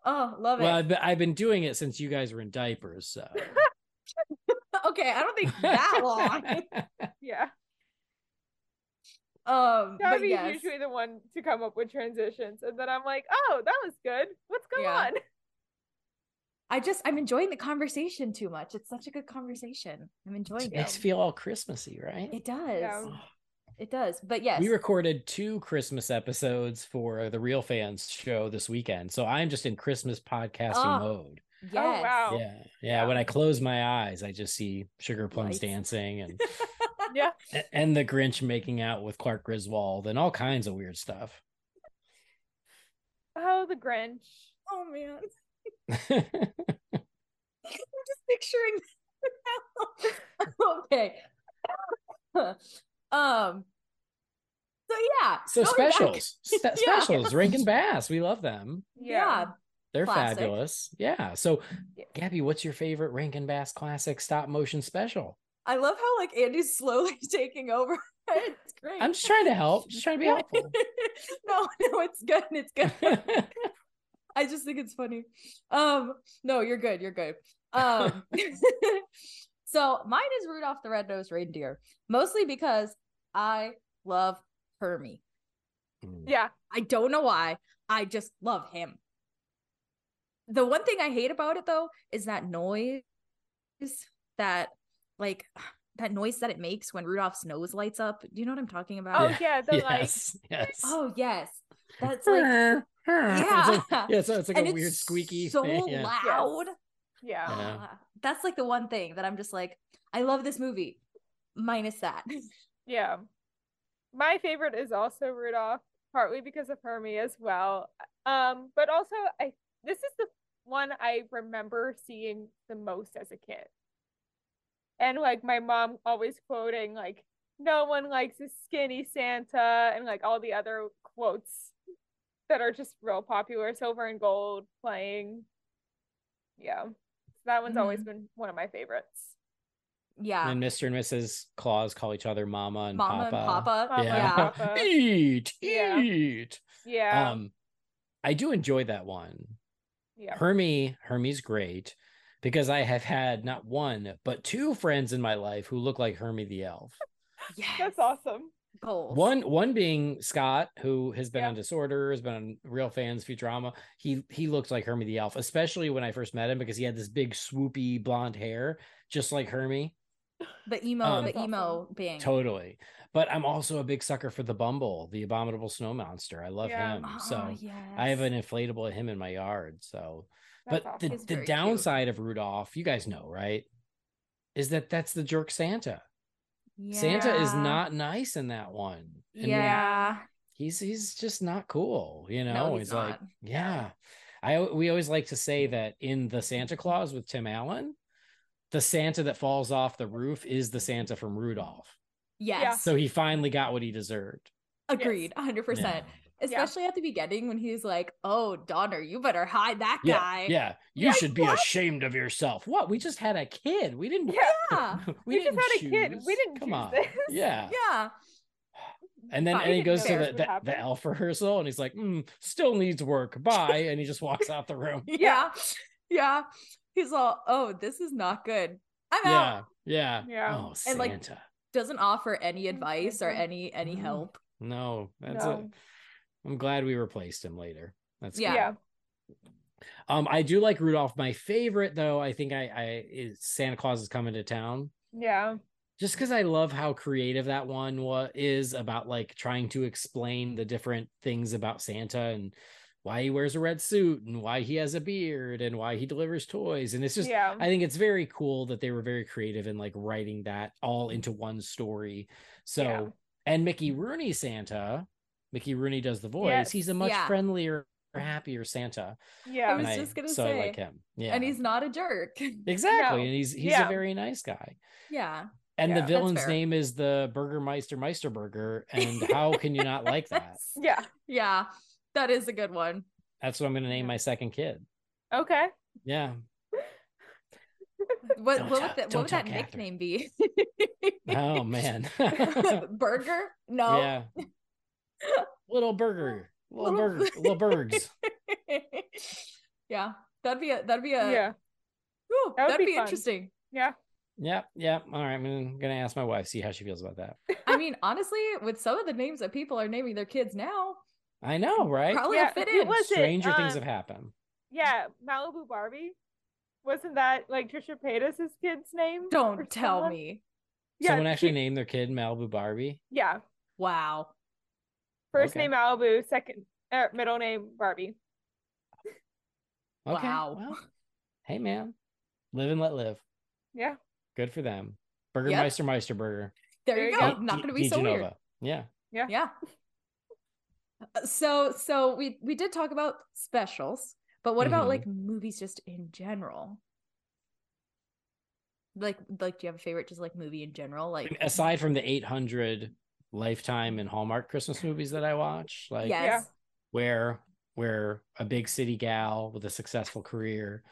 S3: Oh, love
S4: Well,
S3: it.
S4: I've been, I've been doing it since you guys were in diapers. So
S3: Okay, I don't think that long.
S2: Yeah.
S3: Um, but
S2: Gabby's
S3: yes.
S2: usually the one to come up with transitions. And then I'm like, oh, that was good. What's going
S3: Yeah.
S2: on?
S3: I just I'm enjoying the conversation too much. It's such a good conversation. I'm enjoying
S4: it makes
S3: it.
S4: it feel all Christmassy, right?
S3: It does.
S2: Yeah.
S3: It does. But yes,
S4: We recorded two Christmas episodes for the Real Fans show this weekend. So I'm just in Christmas podcasting
S3: Oh,
S4: mode.
S3: yes.
S2: Oh, wow.
S4: Yeah. Yeah. When I close my eyes, I just see Sugar Plums
S3: Lights.
S4: dancing and
S2: Yeah.
S4: a- and the Grinch making out with Clark Griswold and all kinds of weird stuff.
S2: Oh, the Grinch.
S3: Oh man. I'm just picturing okay. um so yeah.
S4: so
S3: going back-
S4: specials, st-
S3: Yeah.
S4: specials, Rankin Bass. We love them.
S3: Yeah.
S4: They're
S3: Classic.
S4: fabulous. Yeah. So,
S2: Yes.
S4: Gabby, what's your favorite Rankin Bass classic stop motion special?
S3: I love how like Andy's slowly taking over. It's great.
S4: I'm just trying to help, just trying to be
S3: Yeah.
S4: helpful.
S3: no, no, it's good. It's good. I just think it's funny. Um, no, you're good. You're good. Um, so mine is Rudolph the Red-Nosed Reindeer, mostly because I love Hermie.
S4: Mm.
S2: Yeah.
S3: I don't know why. I just love him. The one thing I hate about it though is that noise that like that noise that it makes when Rudolph's nose lights up. Do you know what I'm talking
S2: Oh
S3: about?
S2: yeah, the
S4: yes, yes.
S3: Oh yes. That's like yeah.
S4: It's like- yeah, so it's like
S3: and
S4: a
S3: it's
S4: weird squeaky
S3: so
S4: thing. Yeah.
S3: loud.
S2: like yeah.
S4: Yeah.
S3: Ah, That's like the one thing that I'm just like, I love this movie. Minus that.
S2: Yeah. My favorite is also Rudolph, partly because of Hermie as well. Um, but also I this is the one I remember seeing the most as a kid. And like my mom always quoting like no one likes a skinny Santa and like all the other quotes that are just real popular, silver and gold playing. Yeah. So that one's
S4: Mm-hmm.
S2: always been one of my favorites.
S3: Yeah.
S4: And Mr. and Mrs. Claus call each other Mama and
S3: Mama
S4: Papa.
S3: and Papa.
S2: Mama and
S3: yeah.
S2: Papa.
S4: Eat,
S2: Yeah.
S4: eat.
S2: Yeah.
S4: Um, I do enjoy that one.
S2: yeah.
S4: Hermie, Hermie's great because I have had not one but two friends in my life who look like Hermie the elf.
S3: Yes.
S2: That's awesome.
S3: Goals.
S4: One one being Scott, who has been
S2: Yeah.
S4: on Disorder, has been on Real Fans, Futurama. He he looked like Hermie the Elf, especially when I first met him because he had this big swoopy blonde hair, just like Hermie.
S3: The emo,
S4: Um,
S3: the
S2: That's
S3: emo
S2: awesome.
S3: being.
S4: Totally. But I'm also a big sucker for the Bumble, the abominable snow monster. I love
S2: Yeah.
S4: him.
S3: Oh,
S4: So I have
S3: yes.
S4: an inflatable of him in my yard. So
S2: That's
S4: but
S2: awesome.
S3: He's
S4: the,
S3: very
S4: the
S3: cute.
S4: downside of Rudolph, you guys know, right? Is that that's the jerk Santa. Santa is
S3: Yeah.
S4: not nice in that one. And
S3: Yeah.
S4: he's he's just not cool, you know.
S3: No, he's
S4: like,
S3: not.
S4: yeah. I we always like to say that in the Santa Claus with Tim Allen, the Santa that falls off the roof is the Santa from Rudolph.
S3: Yes.
S4: So he finally got what he deserved.
S3: Agreed. 100%. Especially at the beginning when he's like, oh, Donner, you better hide that
S4: Yeah,
S3: guy.
S4: Yeah, you
S2: Yeah.
S4: should be ashamed of yourself. What? We just had a kid. We didn't.
S3: Yeah.
S4: we,
S2: We just
S4: didn't
S2: had a kid. We
S4: choose.
S2: didn't
S4: Come
S2: choose
S4: on.
S2: this.
S4: Yeah.
S3: Yeah.
S4: And then
S3: Fine.
S4: and he
S2: I didn't
S4: goes
S3: know
S4: to
S3: this
S4: the
S2: would
S4: the,
S2: happen.
S4: the elf rehearsal and he's like, mm, still needs work. Bye. And he just walks out the room.
S3: Yeah. Yeah. He's all, oh, this is not good. I'm out.
S4: Yeah. Yeah.
S2: Yeah.
S4: Oh,
S3: And,
S4: Santa.
S3: like, Doesn't offer any advice or
S2: Mhm.
S3: any any
S4: Mhm.
S3: help.
S4: no, that's
S2: No.
S4: a. I'm glad we replaced him later. That's
S3: Yeah.
S4: good. Um, I do like Rudolph. My favorite though, I think I I is Santa Claus is coming to town.
S2: Yeah.
S4: just because I love how creative that one was is about like trying to explain the different things about Santa and why he wears a red suit and why he has a beard and why he delivers toys. And it's just
S2: yeah.
S4: I think it's very cool that they were very creative in like writing that all into one story. So
S2: Yeah.
S4: and Mickey Rooney Santa, Mickey Rooney does the voice.
S2: Yes,
S4: He's a much
S3: yeah.
S4: friendlier, happier Santa.
S2: yeah.
S3: I was
S4: And
S3: just gonna
S4: so I like
S3: say.
S4: him. Yeah.
S3: And he's not a jerk.
S4: exactly.
S2: No.
S4: And he's he's
S2: Yeah.
S4: a very nice guy.
S3: yeah.
S4: And
S2: Yeah,
S4: the
S2: that's
S4: villain's
S3: fair.
S4: name is the Burgermeister Meisterburger. And how can you not like that?
S2: yeah.
S3: Yeah. That is a good one.
S4: That's what I'm going to name
S2: Yeah.
S4: my second kid.
S2: Okay.
S4: Yeah.
S3: What
S4: Don't
S3: what
S4: tell-
S3: would that
S4: don't
S3: what would
S4: tell
S3: that nickname
S4: Catherine.
S3: be?
S4: Oh, man.
S3: Burger? No.
S4: yeah. Little burger. Little,
S3: Little-
S4: burger. Little burgs.
S3: yeah, that'd be a that'd be a
S2: yeah.
S3: whew,
S2: That would
S3: that'd
S2: be
S3: be,
S2: fun.
S3: interesting.
S4: Yep. Yep. All right. I'm going to ask my wife, see how she feels about that.
S3: I mean, honestly, with some of the names that people are naming their kids now,
S4: I know, right?
S3: probably uh,
S2: Yeah,
S3: will fit
S2: it
S3: in.
S2: was-
S4: Stranger things
S2: um,
S4: have happened.
S2: Yeah. Malibu Barbie. Wasn't that like Trisha Paytas' kid's name? or
S3: Don't tell
S2: someone?
S3: me.
S2: Yeah.
S4: Someone actually
S2: she-
S4: named their kid Malibu Barbie.
S2: Yeah.
S3: Wow.
S2: First
S4: Okay.
S2: name Malibu, second er, middle name Barbie.
S4: Okay.
S3: Wow.
S4: Well, hey, man. Live and let live.
S2: Yeah.
S4: Good for them.
S3: Yep.
S4: Burgermeister Meisterburger.
S3: There,
S2: There
S3: you
S2: you
S3: go.
S2: go.
S3: Not
S4: D-
S3: going to be so
S4: DiGenova.
S3: weird.
S4: Yeah.
S3: Yeah. Uh, So so we we did talk about specials, but what about
S4: Mhm.
S3: like movies just in general? Like like do you have a favorite just like movie in general?
S4: I mean,
S3: Like
S4: aside from the 800 lifetime and hallmark christmas movies that i watch like
S3: yes.
S4: where where a big city gal with a successful career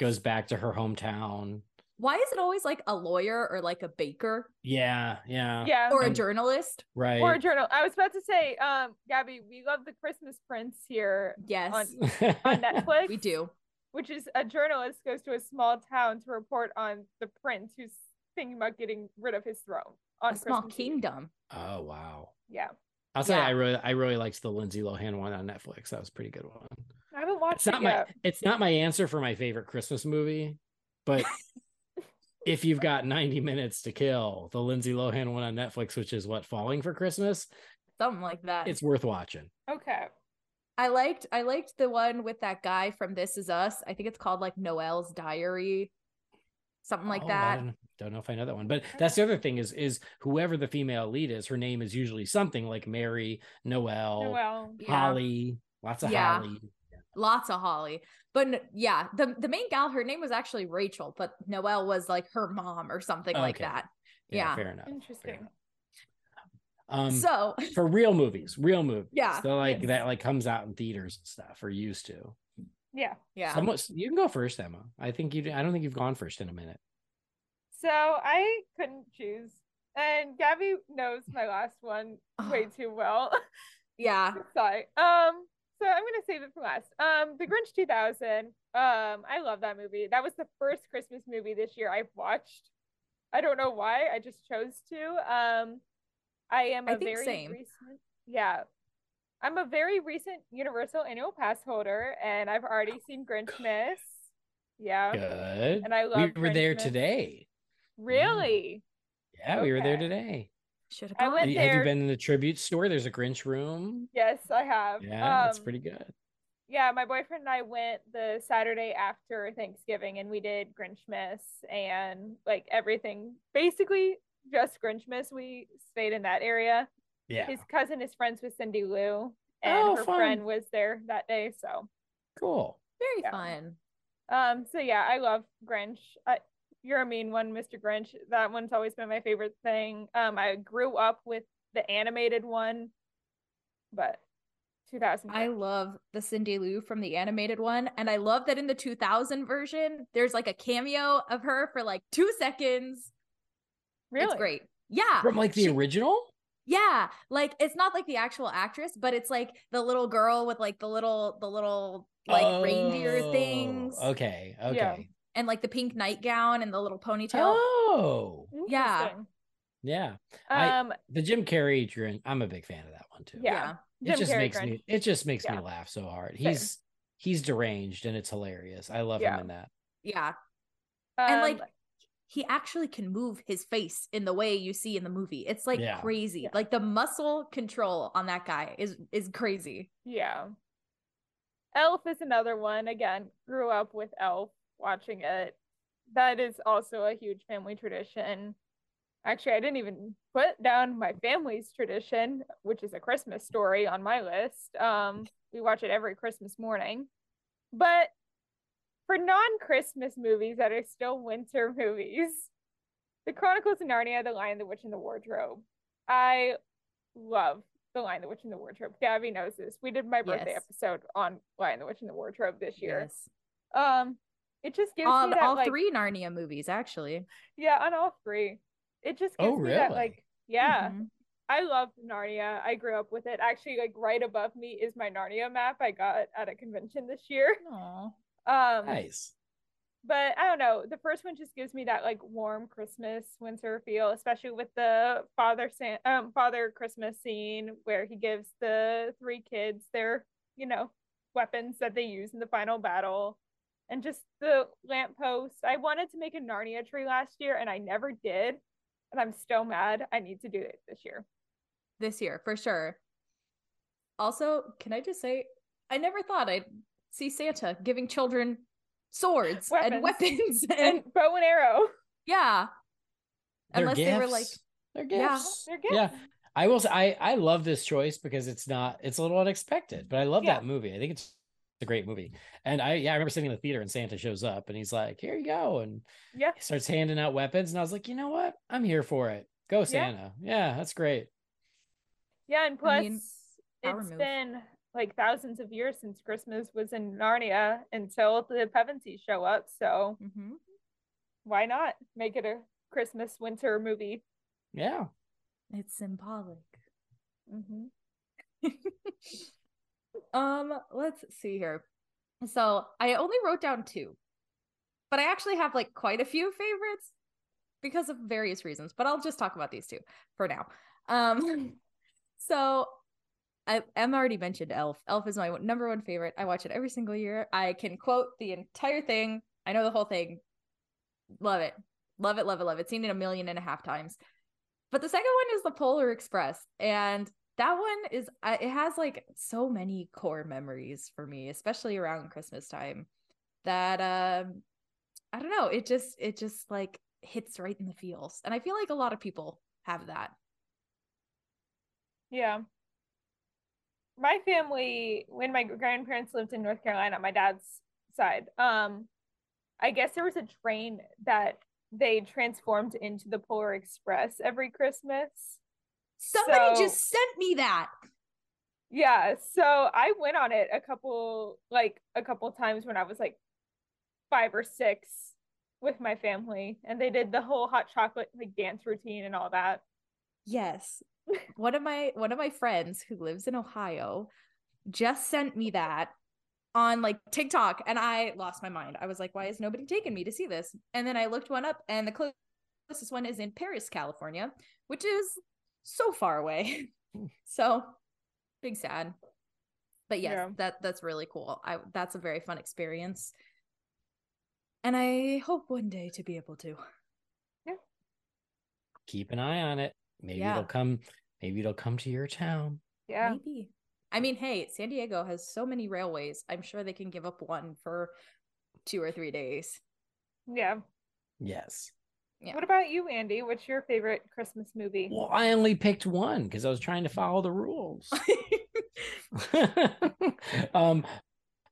S4: goes back to her hometown
S3: Why is it always like a lawyer or like a baker
S4: yeah yeah,
S2: Yeah.
S3: or a
S4: Um,
S3: journalist?
S4: right
S2: Or a journal. I was about to say, um, Gabby, we love the Christmas Prince here
S3: Yes.
S2: on Netflix.
S3: we do.
S2: which is a journalist goes to a small town to report on the prince who's thinking about getting rid of his throne on
S3: A small
S2: Christmas Eve.
S3: kingdom.
S4: oh wow
S2: Yeah,
S4: I'll say
S3: Yeah.
S4: I really I really liked the Lindsay Lohan one on Netflix. That was a pretty good one.
S2: I haven't
S4: It's
S2: watched it
S4: not my
S2: yet.
S4: it's not my answer for my favorite Christmas movie, but if you've got 90 minutes to kill, the Lindsay Lohan one on Netflix, which is what Falling for Christmas,
S3: something like that.
S4: it's worth watching.
S2: Okay.
S3: I liked I liked the one with that guy from This Is Us. I think it's called like Noel's Diary, something like
S4: Oh, I
S3: that.
S4: Don't, don't know if I know that one, but that's the other thing is is whoever the female lead is, her name is usually something like Mary, Noel,
S2: Oh, Well,
S3: Yeah.
S4: Holly, lots of
S3: Yeah.
S4: Holly.
S3: Lots of Holly, but n- yeah, the the main gal, her name was actually Rachel, but Noel was like her mom or something like
S4: Okay.
S3: that. Yeah.
S4: fair enough. fair
S2: interesting.
S4: enough. Um,
S3: so
S4: for real movies, real movies.
S3: Yeah,
S4: So like
S3: yes.
S4: that like comes out in theaters and stuff or used to.
S2: Yeah.
S3: yeah,
S4: Someone- you can go first, Emma. I think you I don't think you've gone first in a minute.
S2: So I couldn't choose. And Gabby knows my last one way too well.
S3: yeah,
S2: Sorry. Um, so I'm gonna save it for last. Um, The Grinch 2000. Um, I love that movie. That was the first Christmas movie this year I've watched. I don't know why. I just chose to. Um, I am
S3: I
S2: a
S3: think
S2: very
S3: same.
S2: recent. Yeah, I'm a very recent Universal Annual Pass holder, and I've already seen Grinchmas. Yeah,
S4: Good.
S2: and I love.
S4: We were there
S2: Grinchmas.
S4: today.
S2: Really?
S4: Yeah, we were there
S2: Okay.
S4: today.
S3: should have
S2: I
S3: gone.
S2: went-
S4: Have you- have you
S2: there-
S4: been in the tribute store? There's a Grinch room.
S2: Yes, I have.
S4: Yeah, it's
S2: Um,
S4: pretty good.
S2: yeah, my boyfriend and I went the Saturday after Thanksgiving and we did Grinchmas and like everything. Basically, just Grinchmas. We stayed in that area.
S4: Yeah.
S2: His cousin is friends with Cindy Lou, and
S4: Oh,
S2: her
S4: fun.
S2: friend was there that day. So,
S4: Cool.
S3: Very
S2: yeah.
S3: fun.
S2: um, so yeah, I love Grinch. I, you're a mean one, Mr. Grinch. That one's always been my favorite thing. Um, I grew up with the animated one, but 2000.
S3: I
S2: Grinch.
S3: love the Cindy Lou from the animated one. And I love that in the 2000 version, there's like a cameo of her for like two seconds.
S2: really
S3: It's great. Yeah.
S4: From like the
S3: she-
S4: original?
S3: Yeah. Like it's not like the actual actress, but it's like the little girl with like the little, the little like reindeer
S4: Oh,
S3: things
S4: Okay. Okay.
S2: Yeah.
S3: and like the pink nightgown and the little ponytail.
S4: Oh.
S3: Yeah.
S2: Interesting.
S4: Yeah. I-
S2: Um,
S4: The Jim Carrey Grinch. I'm a big fan of that one too.
S2: yeah.
S4: It just makes
S2: Grinch.
S4: me it just makes
S2: Yeah.
S4: me laugh so hard.
S2: Same.
S4: He's he's deranged and it's hilarious. I love
S2: Yeah.
S4: him in that.
S3: Yeah.
S2: Um,
S3: and like he actually can move his face in the way you see in the movie. It's like
S4: Yeah.
S3: crazy.
S2: Yeah.
S3: Like the muscle control on that guy is is crazy.
S2: yeah. Elf is another one. Again, grew up with Elf watching it. That is also a huge family tradition. Actually, I didn't even put down my family's tradition, which is a Christmas story on my list. Um, we watch it every Christmas morning. But for non-Christmas movies that are still winter movies, The Chronicles of Narnia, The Lion, the Witch, and the Wardrobe. I love The Lion, the Witch, and the Wardrobe. Gabby knows this. We did my birthday
S3: Yes.
S2: episode on Lion, the Witch, and the Wardrobe this year. Um, it just gives
S3: On
S2: me that
S3: all
S2: like
S3: three Narnia movies, actually.
S2: yeah, on all three. It just gives
S4: Oh,
S2: me that
S4: really?
S2: like yeah.
S3: Mhm.
S2: I love Narnia. I grew up with it. Actually, like right above me is my Narnia map I got at a convention this year.
S3: Aw.
S2: Um,
S4: Nice.
S2: but I don't know. The first one just gives me that like warm Christmas winter feel, especially with the father San- um father Christmas scene where he gives the three kids their you know weapons that they use in the final battle, and just the lamppost. I wanted to make a Narnia tree last year and I never did, and I'm still mad. I need to do it this year.
S3: This year, for sure. Also, can I just say, I never thought I'd see Santa giving children swords and weapons.
S2: Weapons.
S3: And
S2: And bow and arrow,
S3: yeah.
S4: They're
S3: Unless they were like,
S4: gifts. they're
S3: yeah.
S4: gifts.
S2: they're good.
S4: Yeah. I will say I, I love this choice because it's not it's a little unexpected, but I love
S2: Yeah.
S4: that movie. I think it's a great movie. And I yeah, I remember sitting in the theater and Santa shows up and he's like, Here you go. And
S2: Yeah.
S4: he starts handing out weapons. And I was like, you know what? I'm here for it. Go Santa. Yeah, that's great.
S2: Yeah, and plus
S3: I
S2: it's
S3: mean, power move.
S2: been like thousands of years since Christmas was in Narnia until the Pevensies show up. So
S3: Mhm.
S2: why not make it a Christmas winter movie?
S4: Yeah.
S3: it's symbolic.
S2: Mm-hmm.
S3: um, let's see here. So I only wrote down two, but I actually have like quite a few favorites because of various reasons, but I'll just talk about these two for now. Um, so I, Emma already mentioned Elf. Elf is my one- number one favorite. I watch it every single year. I can quote the entire thing. I know the whole thing. Love it. Love it. Love it. Love it. Seen it a million and a half times. But the second one is the Polar Express. And that one is, I- it has like so many core memories for me, especially around Christmas time that, um, I don't know. It just, it just like hits right in the feels. And I feel like a lot of people have that.
S2: Yeah. My family, when my grandparents lived in North Carolina, my dad's side, um, I guess there was a train that they transformed into the Polar Express every Christmas.
S3: Somebody
S2: So-
S3: just sent me that.
S2: Yeah, so I went on it a couple like a couple times when I was like five or six with my family, and they did the whole hot chocolate like dance routine and all that.
S3: Yes. One of my one of my friends who lives in Ohio just sent me that on like TikTok and I lost my mind. I was like, why is nobody taking me to see this? And then I looked one up and the clo- closest one is in Paris, California, which is so far away. so big sad. But yes,
S2: Yeah.
S3: that that's really cool. I that's a very fun experience. And I hope one day to be able to.
S4: Keep an eye on it. Maybe
S3: Yeah.
S4: it'll come. Maybe it'll come to your town.
S2: Yeah,
S3: Maybe. I mean, hey, San Diego has so many railways. I'm sure they can give up one for two or three days.
S2: yeah.
S4: Yes.
S3: Yeah.
S2: What about you, Andy? What's your favorite Christmas movie?
S4: Well, I only picked one because I was trying to follow the rules. um,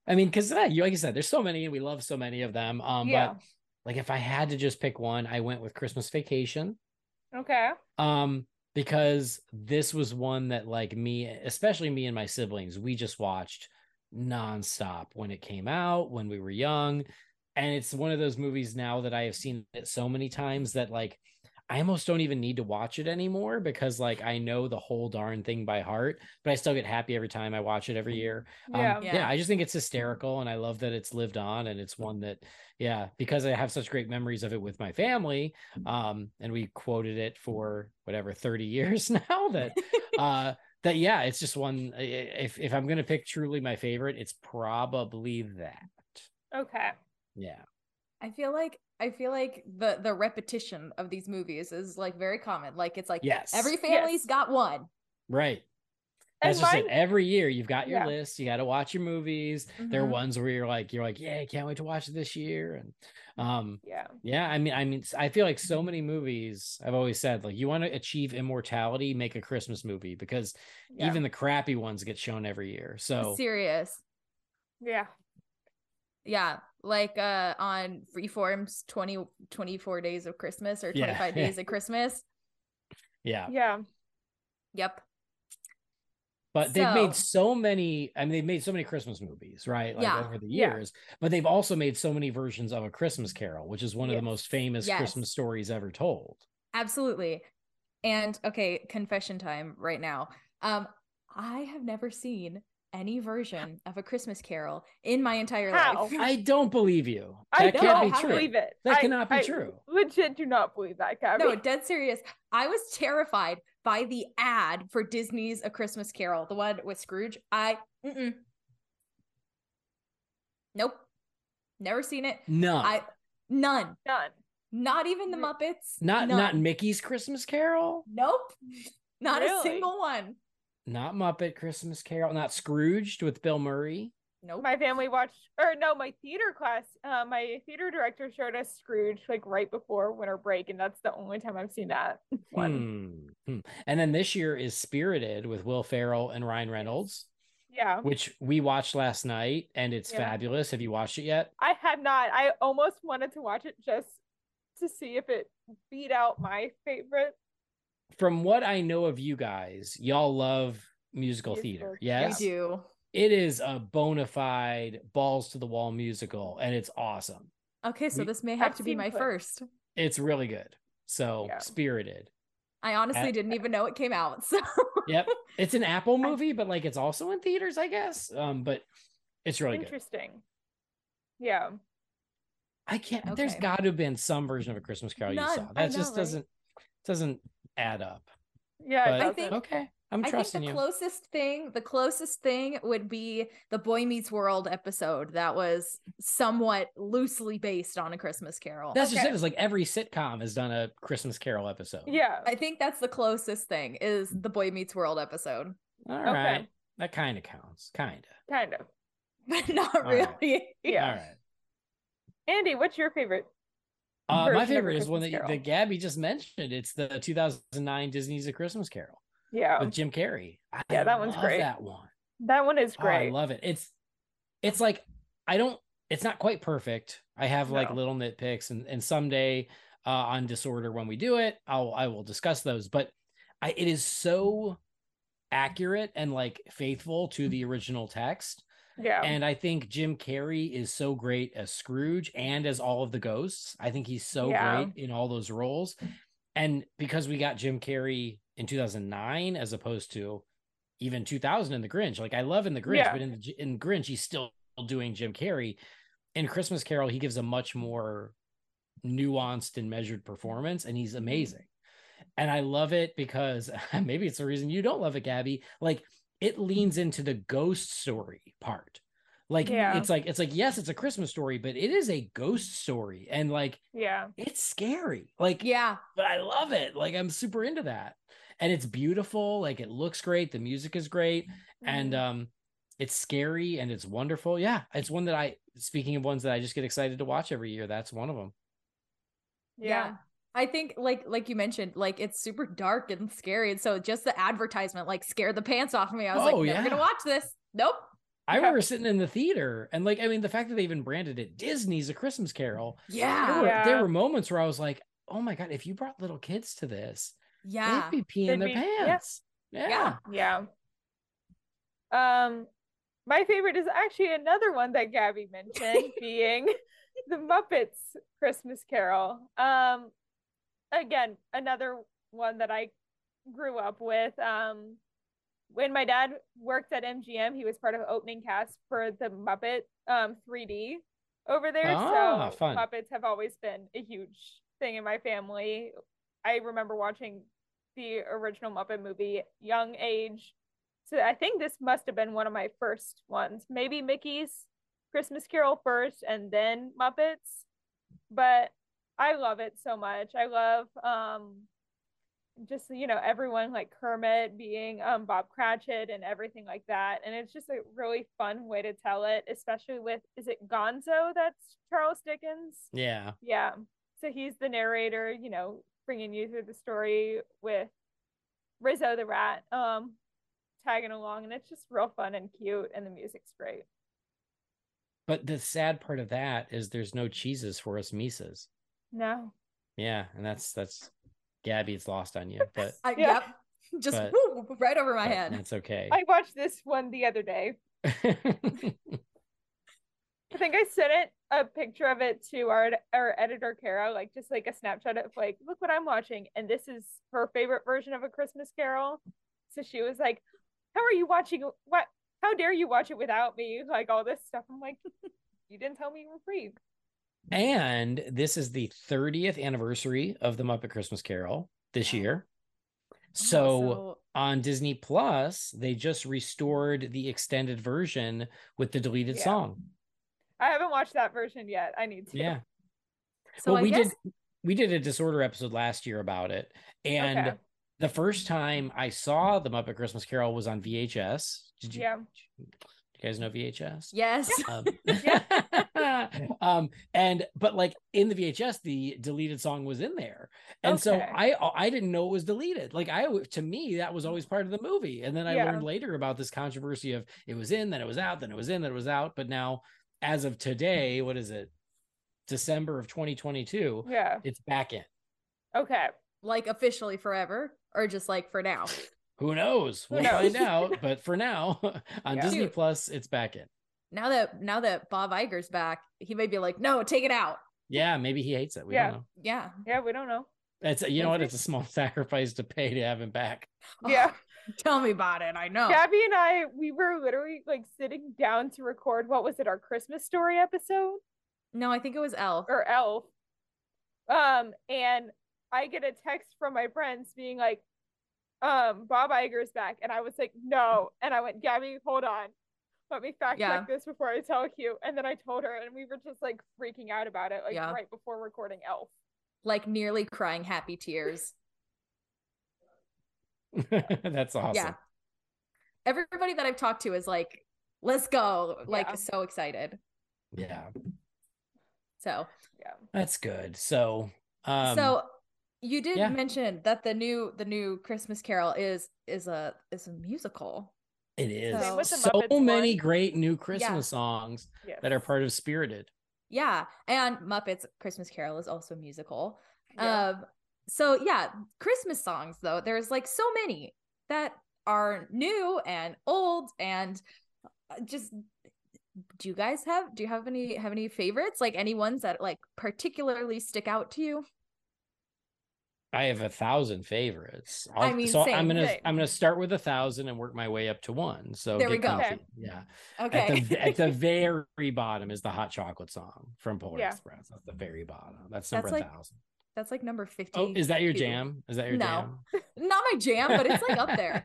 S4: I mean, because uh, you like you said, there's so many, and we love so many of them. Um,
S2: Yeah.
S4: but like if I had to just pick one, I went with Christmas Vacation.
S2: Okay.
S4: um because this was one that like me especially me and my siblings we just watched nonstop when it came out when we were young and it's one of those movies now that i have seen it so many times that like i almost don't even need to watch it anymore because like i know the whole darn thing by heart but i still get happy every time i watch it every year um,
S2: Yeah.
S4: yeah. I just think it's hysterical and I love that it's lived on and it's one that, yeah, because I have such great memories of it with my family. Um, and we quoted it for whatever 30 years now that, uh, that, yeah, it's just one. i- i- If, if I'm going to pick truly my favorite, it's probably that.
S2: Okay.
S4: Yeah.
S3: I feel like I feel like the the repetition of these movies is like very common. Like it's like
S4: Yes.
S3: every
S2: Yes.
S3: family's got one.
S4: right.
S2: And
S4: That's just
S2: mine-
S4: it. Every year you've got your
S2: Yeah. Mm-hmm.
S4: list, you got to watch your movies. There are
S3: Mhm.
S4: ones where you're like, you're like, yeah, can't wait to watch it this year. And, um,
S2: Yeah.
S4: Yeah, I mean, I mean, s- I feel like so many movies. I've always said, like, you want to achieve immortality, make a Christmas movie because
S2: Yeah.
S4: even the crappy ones get shown every year. So
S3: Serious.
S2: yeah.
S3: Yeah. Like uh on Freeform's 20 24 days of Christmas or
S4: Yeah.
S3: 25 days of Christmas.
S4: yeah,
S2: Yeah.
S3: Yep.
S4: but they've made
S3: So-
S4: so many. I mean, they've made so many Christmas movies, right? Like
S3: Yeah.
S4: over the
S2: Yeah.
S4: years. But they've also made so many versions of A Christmas Carol, which is one of the most famous
S3: Yes.
S4: Christmas stories ever told.
S3: Absolutely. And okay, confession time right now. Um, I have never seen any version of a Christmas carol in my entire
S2: How?
S3: life.
S4: I don't believe you.
S2: I
S4: That
S2: do
S4: can't
S2: not
S4: be
S3: how
S4: true.
S2: believe it.
S4: That
S2: I-
S4: cannot be
S2: I
S4: true.
S2: Legit, do not believe that, Gabby.
S3: No, dead serious. I was terrified by the ad for Disney's A Christmas Carol, the one with Scrooge. I, mm-mm. nope, never seen it.
S4: No,
S3: I, none,
S2: None.
S3: not even the
S2: Re-
S3: Muppets.
S4: not not
S3: none.
S4: Mickey's Christmas Carol.
S3: nope, not a
S2: Really?
S3: single one.
S4: not Muppet Christmas Carol, not Scrooged with Bill Murray.
S3: Nope.
S2: My family watched, or no, my theater class, uh, my theater director showed us Scrooge like right before winter break, and that's the only time I've seen that one.
S4: Hmm, hmm. And then this year is Spirited with Will Ferrell and Ryan Reynolds,
S2: Yeah,
S4: which we watched last night and it's
S2: Oh. Yeah.
S4: fabulous. Have you watched it yet?
S2: I had not. I almost wanted to watch it just to see if it beat out my favorite.
S4: From what I know of you guys, y'all love musical
S2: Musical.
S4: theater.
S3: we
S4: Yes.
S3: do.
S4: It is a bona fide balls to the wall musical and it's awesome.
S3: Okay, so
S4: We-
S3: this may have to be
S2: seen
S3: my
S2: clips.
S3: first.
S4: It's really good. So
S2: Yeah.
S4: spirited.
S3: I honestly
S4: At-
S3: didn't even know it came out. So
S4: Yep. it's an Apple movie, but like it's also in theaters, I guess. Um, but it's really good.
S2: Interesting. Yeah.
S4: I can't. There's
S3: Okay.
S4: got to have been some version of a Christmas Carol you
S3: None.
S4: saw.
S3: I
S4: That
S3: know,
S4: just
S3: right?
S4: doesn't doesn't add up.
S2: Yeah,
S4: But-
S2: it
S3: I
S2: doesn't.
S3: think-
S4: Okay, I'm
S3: I think
S4: trusting
S3: the
S4: you.
S3: closest thing, the closest thing would be the Boy Meets World episode that was somewhat loosely based on a Christmas Carol.
S4: That's just
S2: Okay.
S4: it. It's like every sitcom has done a Christmas Carol episode.
S2: yeah.
S3: I think that's the closest thing is the Boy Meets World episode,
S4: All
S2: Okay.
S4: right. That kind of counts. Kind of.
S2: Kind of.
S3: but not
S4: All
S3: really.
S4: right.
S2: Yeah.
S4: All right.
S2: Andy, what's your favorite?
S4: Uh,
S2: version
S4: my
S2: of A
S4: favorite is one that,
S2: Christmas
S4: you-
S2: Carol?
S4: that Gabby just mentioned. It's the 2009 Disney's A Christmas Carol
S2: Yeah,
S4: with Jim Carrey. I
S2: Oh. Yeah, that one's
S4: love
S2: great.
S4: That one.
S2: that one is
S4: Oh, I
S2: great.
S4: love it. It's it's like I don't it's not quite perfect. I have like
S2: No.
S4: little nitpicks and and someday uh on disorder when we do it, I'll I will discuss those, but I it is so accurate and like faithful to the original text.
S2: yeah,
S4: And I think Jim Carrey is so great as Scrooge and as all of the ghosts. I think he's so
S2: Yeah.
S4: great in all those roles. And because we got Jim Carrey in 2009 as opposed to even 2000 in The Grinch, like I love in The Grinch,
S2: Yeah.
S4: but in the, in Grinch he's still doing Jim Carrey. In Christmas Carol, he gives a much more nuanced and measured performance, and
S2: Mm-hmm.
S4: he's amazing. And I love it because maybe it's the reason you don't love it, Gabby. Like it leans into the ghost story part. Like
S2: Yeah.
S4: it's like it's like yes, it's a Christmas story, but it is a ghost story, and like
S2: yeah,
S4: it's scary. Like
S3: Yeah.
S4: but I love it. Like I'm super into that. And it's beautiful. Like it looks great. The music is great. And um it's scary and it's wonderful. Yeah. It's one that I speaking of ones that I just get excited to watch every year, that's one of them.
S2: yeah,
S3: I think like like you mentioned, like it's super dark and scary. And so just the advertisement like scared the pants off me. I was
S4: Oh,
S3: like, never
S4: yeah.
S3: gonna watch this. Nope.
S4: I
S2: Yeah.
S4: remember sitting in the theater and like I mean the fact that they even branded it Disney's a Christmas Carol. There
S3: Yeah.
S4: were, there
S2: Yeah.
S4: were moments where I was like, "Oh my god, if you brought little kids to this,
S3: Yeah.
S4: they'd be peeing
S2: They'd
S4: their
S2: be- yeah.
S4: pants." Yeah.
S3: Yeah.
S2: yeah. Um, my favorite is actually another one that Gabby mentioned, being the Muppets Christmas Carol. Um, again, another one that I grew up with. Um, when my dad worked at MGM, he was part of opening cast for the Muppet um 3D over there.
S4: Ah,
S2: so
S4: fun.
S2: Muppets have always been a huge thing in my family. I remember watching the original Muppet movie young age. So I think this must have been one of my first ones. Maybe Mickey's Christmas Carol first and then Muppets. But I love it so much. I love um just you know everyone like Kermit being um Bob Cratchit and everything like that. And it's just a really fun way to tell it, especially with is it Gonzo that's Charles Dickens?
S4: Yeah.
S2: Yeah. So he's the narrator, you know, bringing you through the story with Rizzo the rat um tagging along and it's just real fun and cute and the music's great.
S4: But the sad part of that is there's no cheeses for us Mises.
S2: No.
S4: Yeah, and that's that's Gabby, it's lost on you, but
S3: I-
S2: Yeah.
S3: Yep. Just
S4: But-
S3: woo, right over my
S4: but
S3: head.
S4: that's okay.
S2: I watched this one the other day. I think I sent it a picture of it to our our editor Kara, like just like a snapshot of like, look what I'm watching, and this is her favorite version of a Christmas Carol. So she was like, "How are you watching? What? How dare you watch it without me? Like all this stuff." I'm like, "You didn't tell me you were free."
S4: and this is the 30th anniversary of the Muppet Christmas Carol this year. So on Disney Plus, they just restored the extended version with the deleted
S2: Yeah.
S4: song.
S2: I haven't watched that version yet. I need to.
S4: Yeah.
S3: so
S4: well,
S3: I
S4: we
S3: guess,
S4: did we did a disorder episode last year about it. And
S2: Okay.
S4: the first time I saw the Muppet Christmas Carol was on VHS. Did you,
S2: Yeah.
S4: you guys know VHS?
S3: Yes.
S4: Um, um, and but like in the VHS, the deleted song was in there, and so
S2: Okay.
S4: I I didn't know it was deleted. Like I alwa- to me that was always part of the movie, and then I
S2: Yeah.
S4: learned later about this controversy of it was in, then it was out, then it was in, then it was out. But now, as of today, what is it? December of 2022,
S2: Yeah.
S4: it's back in.
S2: Okay.
S3: Like officially forever or just like for now.
S4: Who knows?
S2: Who
S4: We'll
S2: knows?
S4: find out. But for now, on
S2: Yeah.
S4: Disney
S3: Dude.
S4: Plus, it's back in.
S3: Now that now that Bob Iger's back, he may be like, no, take it out.
S4: Yeah, maybe he hates it. We
S2: Yeah.
S4: don't know.
S3: Yeah.
S2: Yeah. We don't know.
S4: It's you know
S2: Is
S4: what?
S2: it?
S4: It's a small sacrifice to pay to have him back.
S3: Oh,
S2: Yeah.
S3: Tell me about it. I know.
S2: Gabby and I, we were literally like sitting down to record. What was it? Our Christmas story episode.
S3: No, I think it was L.
S2: or elf um and i get a text from my friends being like um Bob Iger's back, and I was like, no, and I went, Gabby, hold on, let me fact check
S3: Yeah.
S2: this before I tell you, and then I told her, and we were just like freaking out about it, like
S3: Yeah.
S2: right before recording Elf.
S3: like nearly crying happy tears.
S4: That's awesome.
S3: Yeah. Everybody that I've talked to is like, let's go. Like
S2: Yeah.
S3: so excited.
S4: Yeah.
S3: So
S4: That's good. So um
S3: so you did
S4: yeah.
S3: mention that the new the new Christmas Carol is is a is a musical.
S4: it is
S3: Same with
S2: the
S4: so
S2: Muppets
S4: many
S2: one.
S4: great new Christmas songs
S2: Yes.
S4: that are part of Spirited.
S3: Yeah. And Muppets Christmas Carol is also a musical.
S2: Yeah.
S3: Um, so yeah, Christmas songs though, there's like so many that are new and old and uh, just do you guys have do you have any have any favorites like any ones that like particularly stick out to you
S4: I have a thousand favorites. I'll,
S3: mean,
S4: so
S3: same,
S4: I'm gonna
S2: same.
S4: I'm gonna start with a thousand and work my way up to one. So
S3: There we
S4: get
S3: go.
S2: Okay.
S4: comfy. Yeah.
S3: okay
S4: At the at the very bottom is the hot chocolate song from Polar
S2: Yeah.
S4: Express. That's the very bottom. That's
S3: That's
S4: number
S3: like-
S4: thousand.
S3: that's like number 50
S4: Oh, is that your
S3: two.
S4: jam? Is that your
S3: No.
S4: jam?
S3: not my jam but it's like up there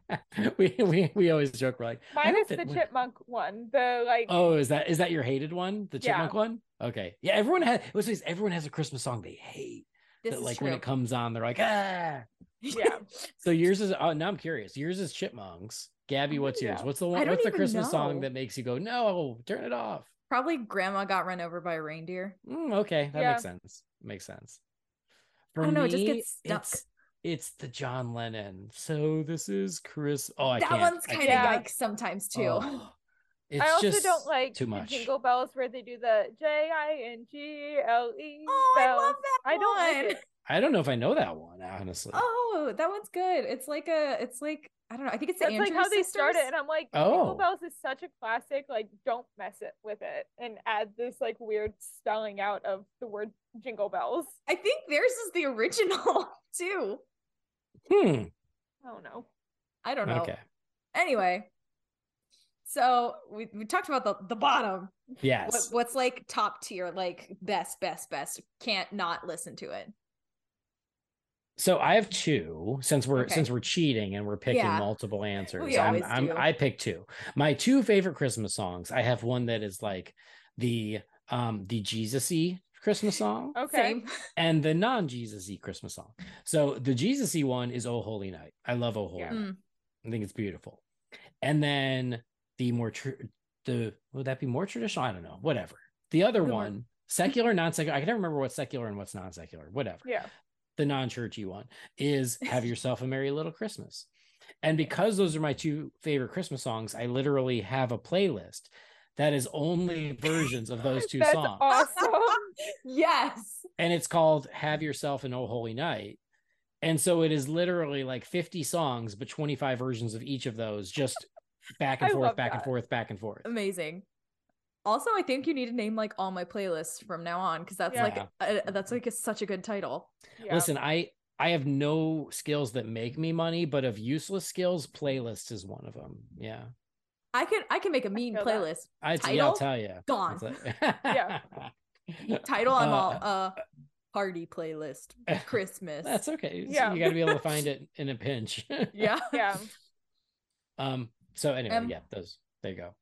S4: we, we we always joke we're like I
S2: Mine
S4: hope
S2: is the
S4: it win-
S2: chipmunk one, the like
S4: Oh, is that is that your hated one? The
S2: Yeah.
S4: chipmunk one? Okay. Yeah, everyone has what's this? everyone has a Christmas song they hate.
S3: this
S4: that
S3: is
S4: like
S3: true
S4: when it comes on, they're like, ah.
S2: yeah.
S4: So yours is oh now I'm curious. Yours is chipmunks. Gabby, what's yours?
S2: Yeah.
S4: What's the
S3: Oh, I
S4: one
S3: don't
S4: what's the
S3: even
S4: Christmas
S3: know.
S4: song that makes you go, no, turn it off?
S3: probably grandma got run over by a reindeer
S4: Mm, okay, that
S2: Yeah.
S4: makes sense. Makes sense. For
S3: I don't know, it just
S4: me,
S3: gets stuck.
S4: It's, it's the John Lennon. So this is Chris. Oh, I
S3: that
S4: can't.
S3: one's
S4: I
S3: kind of
S4: can't.
S2: Yeah.
S3: like sometimes too
S4: Oh, it's
S2: I also
S4: just
S2: don't like
S4: too
S2: the
S4: much.
S2: jingle bells where they do the J I N G L E.
S3: oh i love that
S2: I don't like
S3: one.
S2: it.
S4: I don't know if I know that one, honestly.
S3: Oh, that one's good. It's like a, it's like I don't know. I think it's the
S2: That's
S3: Andrews
S2: like how they
S3: sisters.
S2: started, and I'm like,
S4: Oh.
S2: Jingle Bells is such a classic. Like, don't mess it with it and add this like weird spelling out of the word Jingle Bells.
S3: I think theirs is the original too.
S4: Hmm.
S2: I don't know.
S3: I don't know.
S4: Okay.
S3: Anyway, so we, we talked about the the bottom. What,
S4: Yes.
S3: what's like top tier, like best, best, best? Can't not listen to it.
S4: So I have two since we're
S3: Okay.
S4: since we're cheating and we're picking
S3: Yeah.
S4: multiple answers.
S3: We
S4: I'm,
S3: always
S4: I'm
S3: do.
S4: I pick two. My two favorite Christmas songs. I have one that is like the um the Jesus-y Christmas song
S3: Oh.
S2: Okay.
S3: Same.
S4: and the non-Jesus-y Christmas song. So the Jesus-y one is Oh Holy Night. I love Oh Holy
S2: Yeah.
S4: Night.
S3: Mm.
S4: I think it's beautiful. And then the more tr- the would that be more traditional? I don't know. Whatever. The other
S3: The more-
S4: one, secular, non-secular. I can never remember what's secular and what's non-secular. Whatever
S2: Yeah.
S4: the non-churchy one is have yourself a merry little christmas and because those are my two favorite christmas songs i literally have a playlist that is only versions of those two
S2: That's
S4: songs
S2: awesome.
S3: Yes.
S4: and it's called have yourself an oh holy night and so it is literally like 50 songs but 25 versions of each of those just back and
S2: I
S4: forth
S2: love
S4: back and
S2: that.
S4: forth back and forth
S3: Amazing. Also, I think you need to name like all my playlists from now on because that's like a, that's like a, such a good title.
S2: Yeah.
S4: listen i i have no skills that make me money but of useless skills playlist is one of them yeah
S3: I can I can make a mean
S2: feel that.
S3: playlist.
S4: i yeah,
S3: Title?
S4: i'll tell you
S3: Gone.
S4: It's like-
S2: Yeah.
S3: Title I'm
S4: Uh,
S3: all uh party playlist. Christmas.
S4: That's okay. So
S2: Yeah.
S4: You got to be able to find it in a pinch.
S3: yeah.
S2: Yeah.
S4: Um. So anyway,
S3: Um,
S4: yeah. Those. There you go.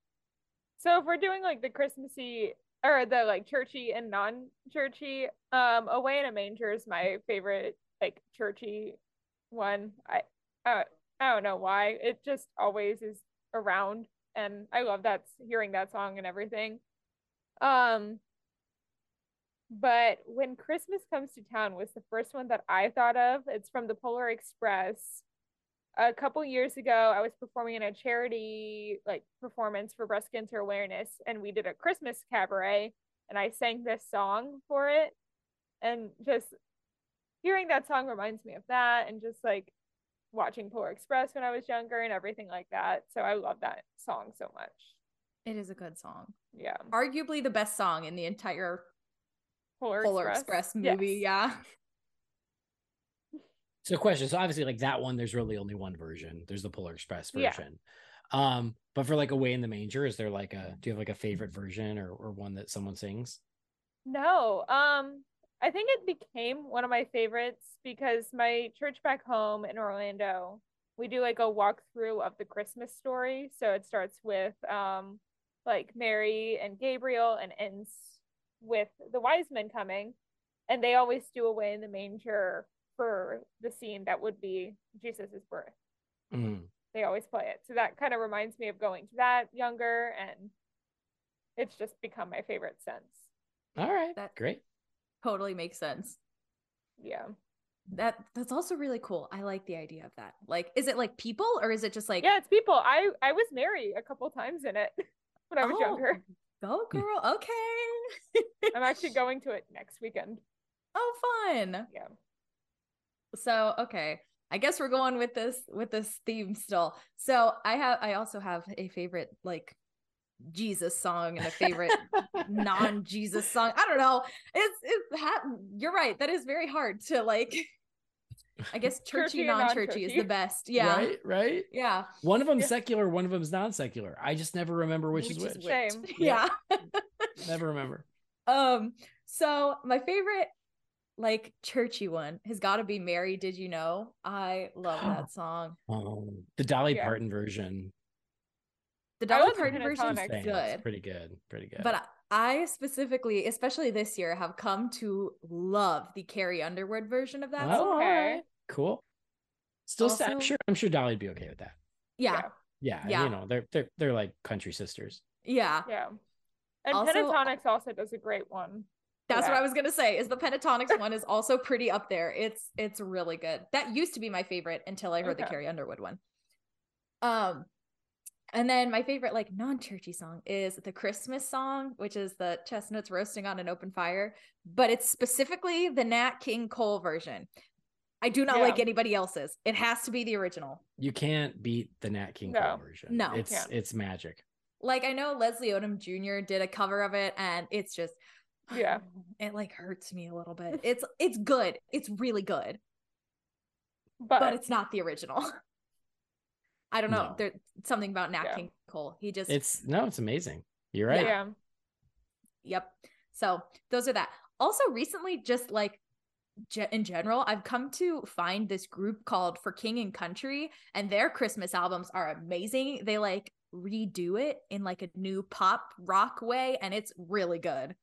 S2: So if we're doing like the Christmassy or the like churchy and non-churchy, um, Away in a Manger is my favorite like churchy one. I uh, I don't know why. It just always is around and I love that hearing that song and everything. Um but when Christmas comes to town was the first one that I thought of. It's from the Polar Express a couple years ago i was performing in a charity like performance for breast cancer awareness and we did a christmas cabaret and i sang this song for it and just hearing that song reminds me of that and just like watching polar express when i was younger and everything like that so i love that song so much
S3: It is a good song.
S2: yeah
S3: Arguably the best song in the entire
S2: polar,
S3: Polar Express, movie.
S2: Yes.
S3: Yeah.
S4: So question. So obviously, like that one, there's really only one version. There's the Polar Express
S2: Yeah.
S4: version. Um. But for like Away in the Manger, is there like a? Do you have like a favorite version or or one that someone sings?
S2: No, um, I think it became one of my favorites because my church back home in Orlando, we do like a walkthrough of the Christmas story. So it starts with um like Mary and Gabriel and ends with the wise men coming. And they always do away in the manger for the scene that would be Jesus's birth.
S4: Mm.
S2: They always play it. So that kind of reminds me of going to that younger and it's just become my favorite since.
S4: All right.
S3: That-
S4: Great.
S3: Totally makes sense.
S2: Yeah.
S3: That that's also really cool. I like the idea of that. Like, is it like people or is it just like
S2: yeah, it's people. I I was Mary a couple times in it when I was
S3: Oh,
S2: younger.
S3: Go girl. Okay.
S2: I'm actually going to it next weekend.
S3: oh, fun.
S2: Yeah.
S3: So okay. I guess we're going with this with this theme still. So I have I also have a favorite like Jesus song and a favorite non-Jesus song. I don't know. It's it's ha- you're right. That is very hard to like. I guess
S2: Churchy
S3: churchy,
S2: and
S3: non-churchy is
S2: non-churchy.
S3: the best. Yeah,
S4: Right. Right.
S3: yeah,
S4: One of them's
S2: Yeah.
S4: secular. One of them's non secular. I just never remember which, is which.
S2: Same.
S3: yeah.
S4: Never remember.
S3: Um. So my favorite like churchy one has got to be "Mary." Did you know? I love that song.
S4: Oh, the Dolly
S2: Yeah.
S4: Parton version.
S3: The
S2: I
S3: Dolly
S2: wasn't
S3: Parton version
S2: pentatonic,
S3: is
S4: Same.
S3: good.
S4: It's pretty good. Pretty good.
S3: But I specifically, especially this year, have come to love the Carrie Underwood version of that
S4: Oh,
S3: song.
S4: all
S2: okay.
S4: right. cool. Still, st- I'm
S3: Also-
S4: sure. I'm sure Dolly'd be okay with that.
S3: Yeah,
S4: Yeah,
S3: Yeah.
S4: You know, they're they're they're like country sisters.
S3: yeah.
S2: Yeah. And
S3: Also- uh,
S2: Pentatonics also does a great one.
S3: That's what
S2: Yeah.
S3: I was gonna say. Is the Pentatonics one is also pretty up there. It's it's really good. That used to be my favorite until I heard the
S2: Okay.
S3: Carrie Underwood one. Um, and then my favorite like non-churchy song is the Christmas song, which is the chestnuts roasting on an open fire. But it's specifically the Nat King Cole version. I do not
S2: Yeah.
S3: like anybody else's. It has to be the original.
S4: You can't beat the Nat King
S2: No.
S4: Cole version.
S3: No.
S4: it's
S2: Can't.
S4: it's magic.
S3: like I know Leslie Odom Jr. did a cover of it, and it's just
S2: Yeah.
S3: it like hurts me a little bit. It's it's good, it's really good,
S2: But,
S3: but it's not the original. I don't know.
S4: No.
S3: There's something about Nat
S2: Yeah.
S3: King Cole. He just
S4: It's no, it's amazing. You're right.
S2: yeah.
S3: yep. So those are that. Also, recently, just like ge- in general, I've come to find this group called For King and Country, and their Christmas albums are amazing. They like redo it in like a new pop rock way, and it's really good.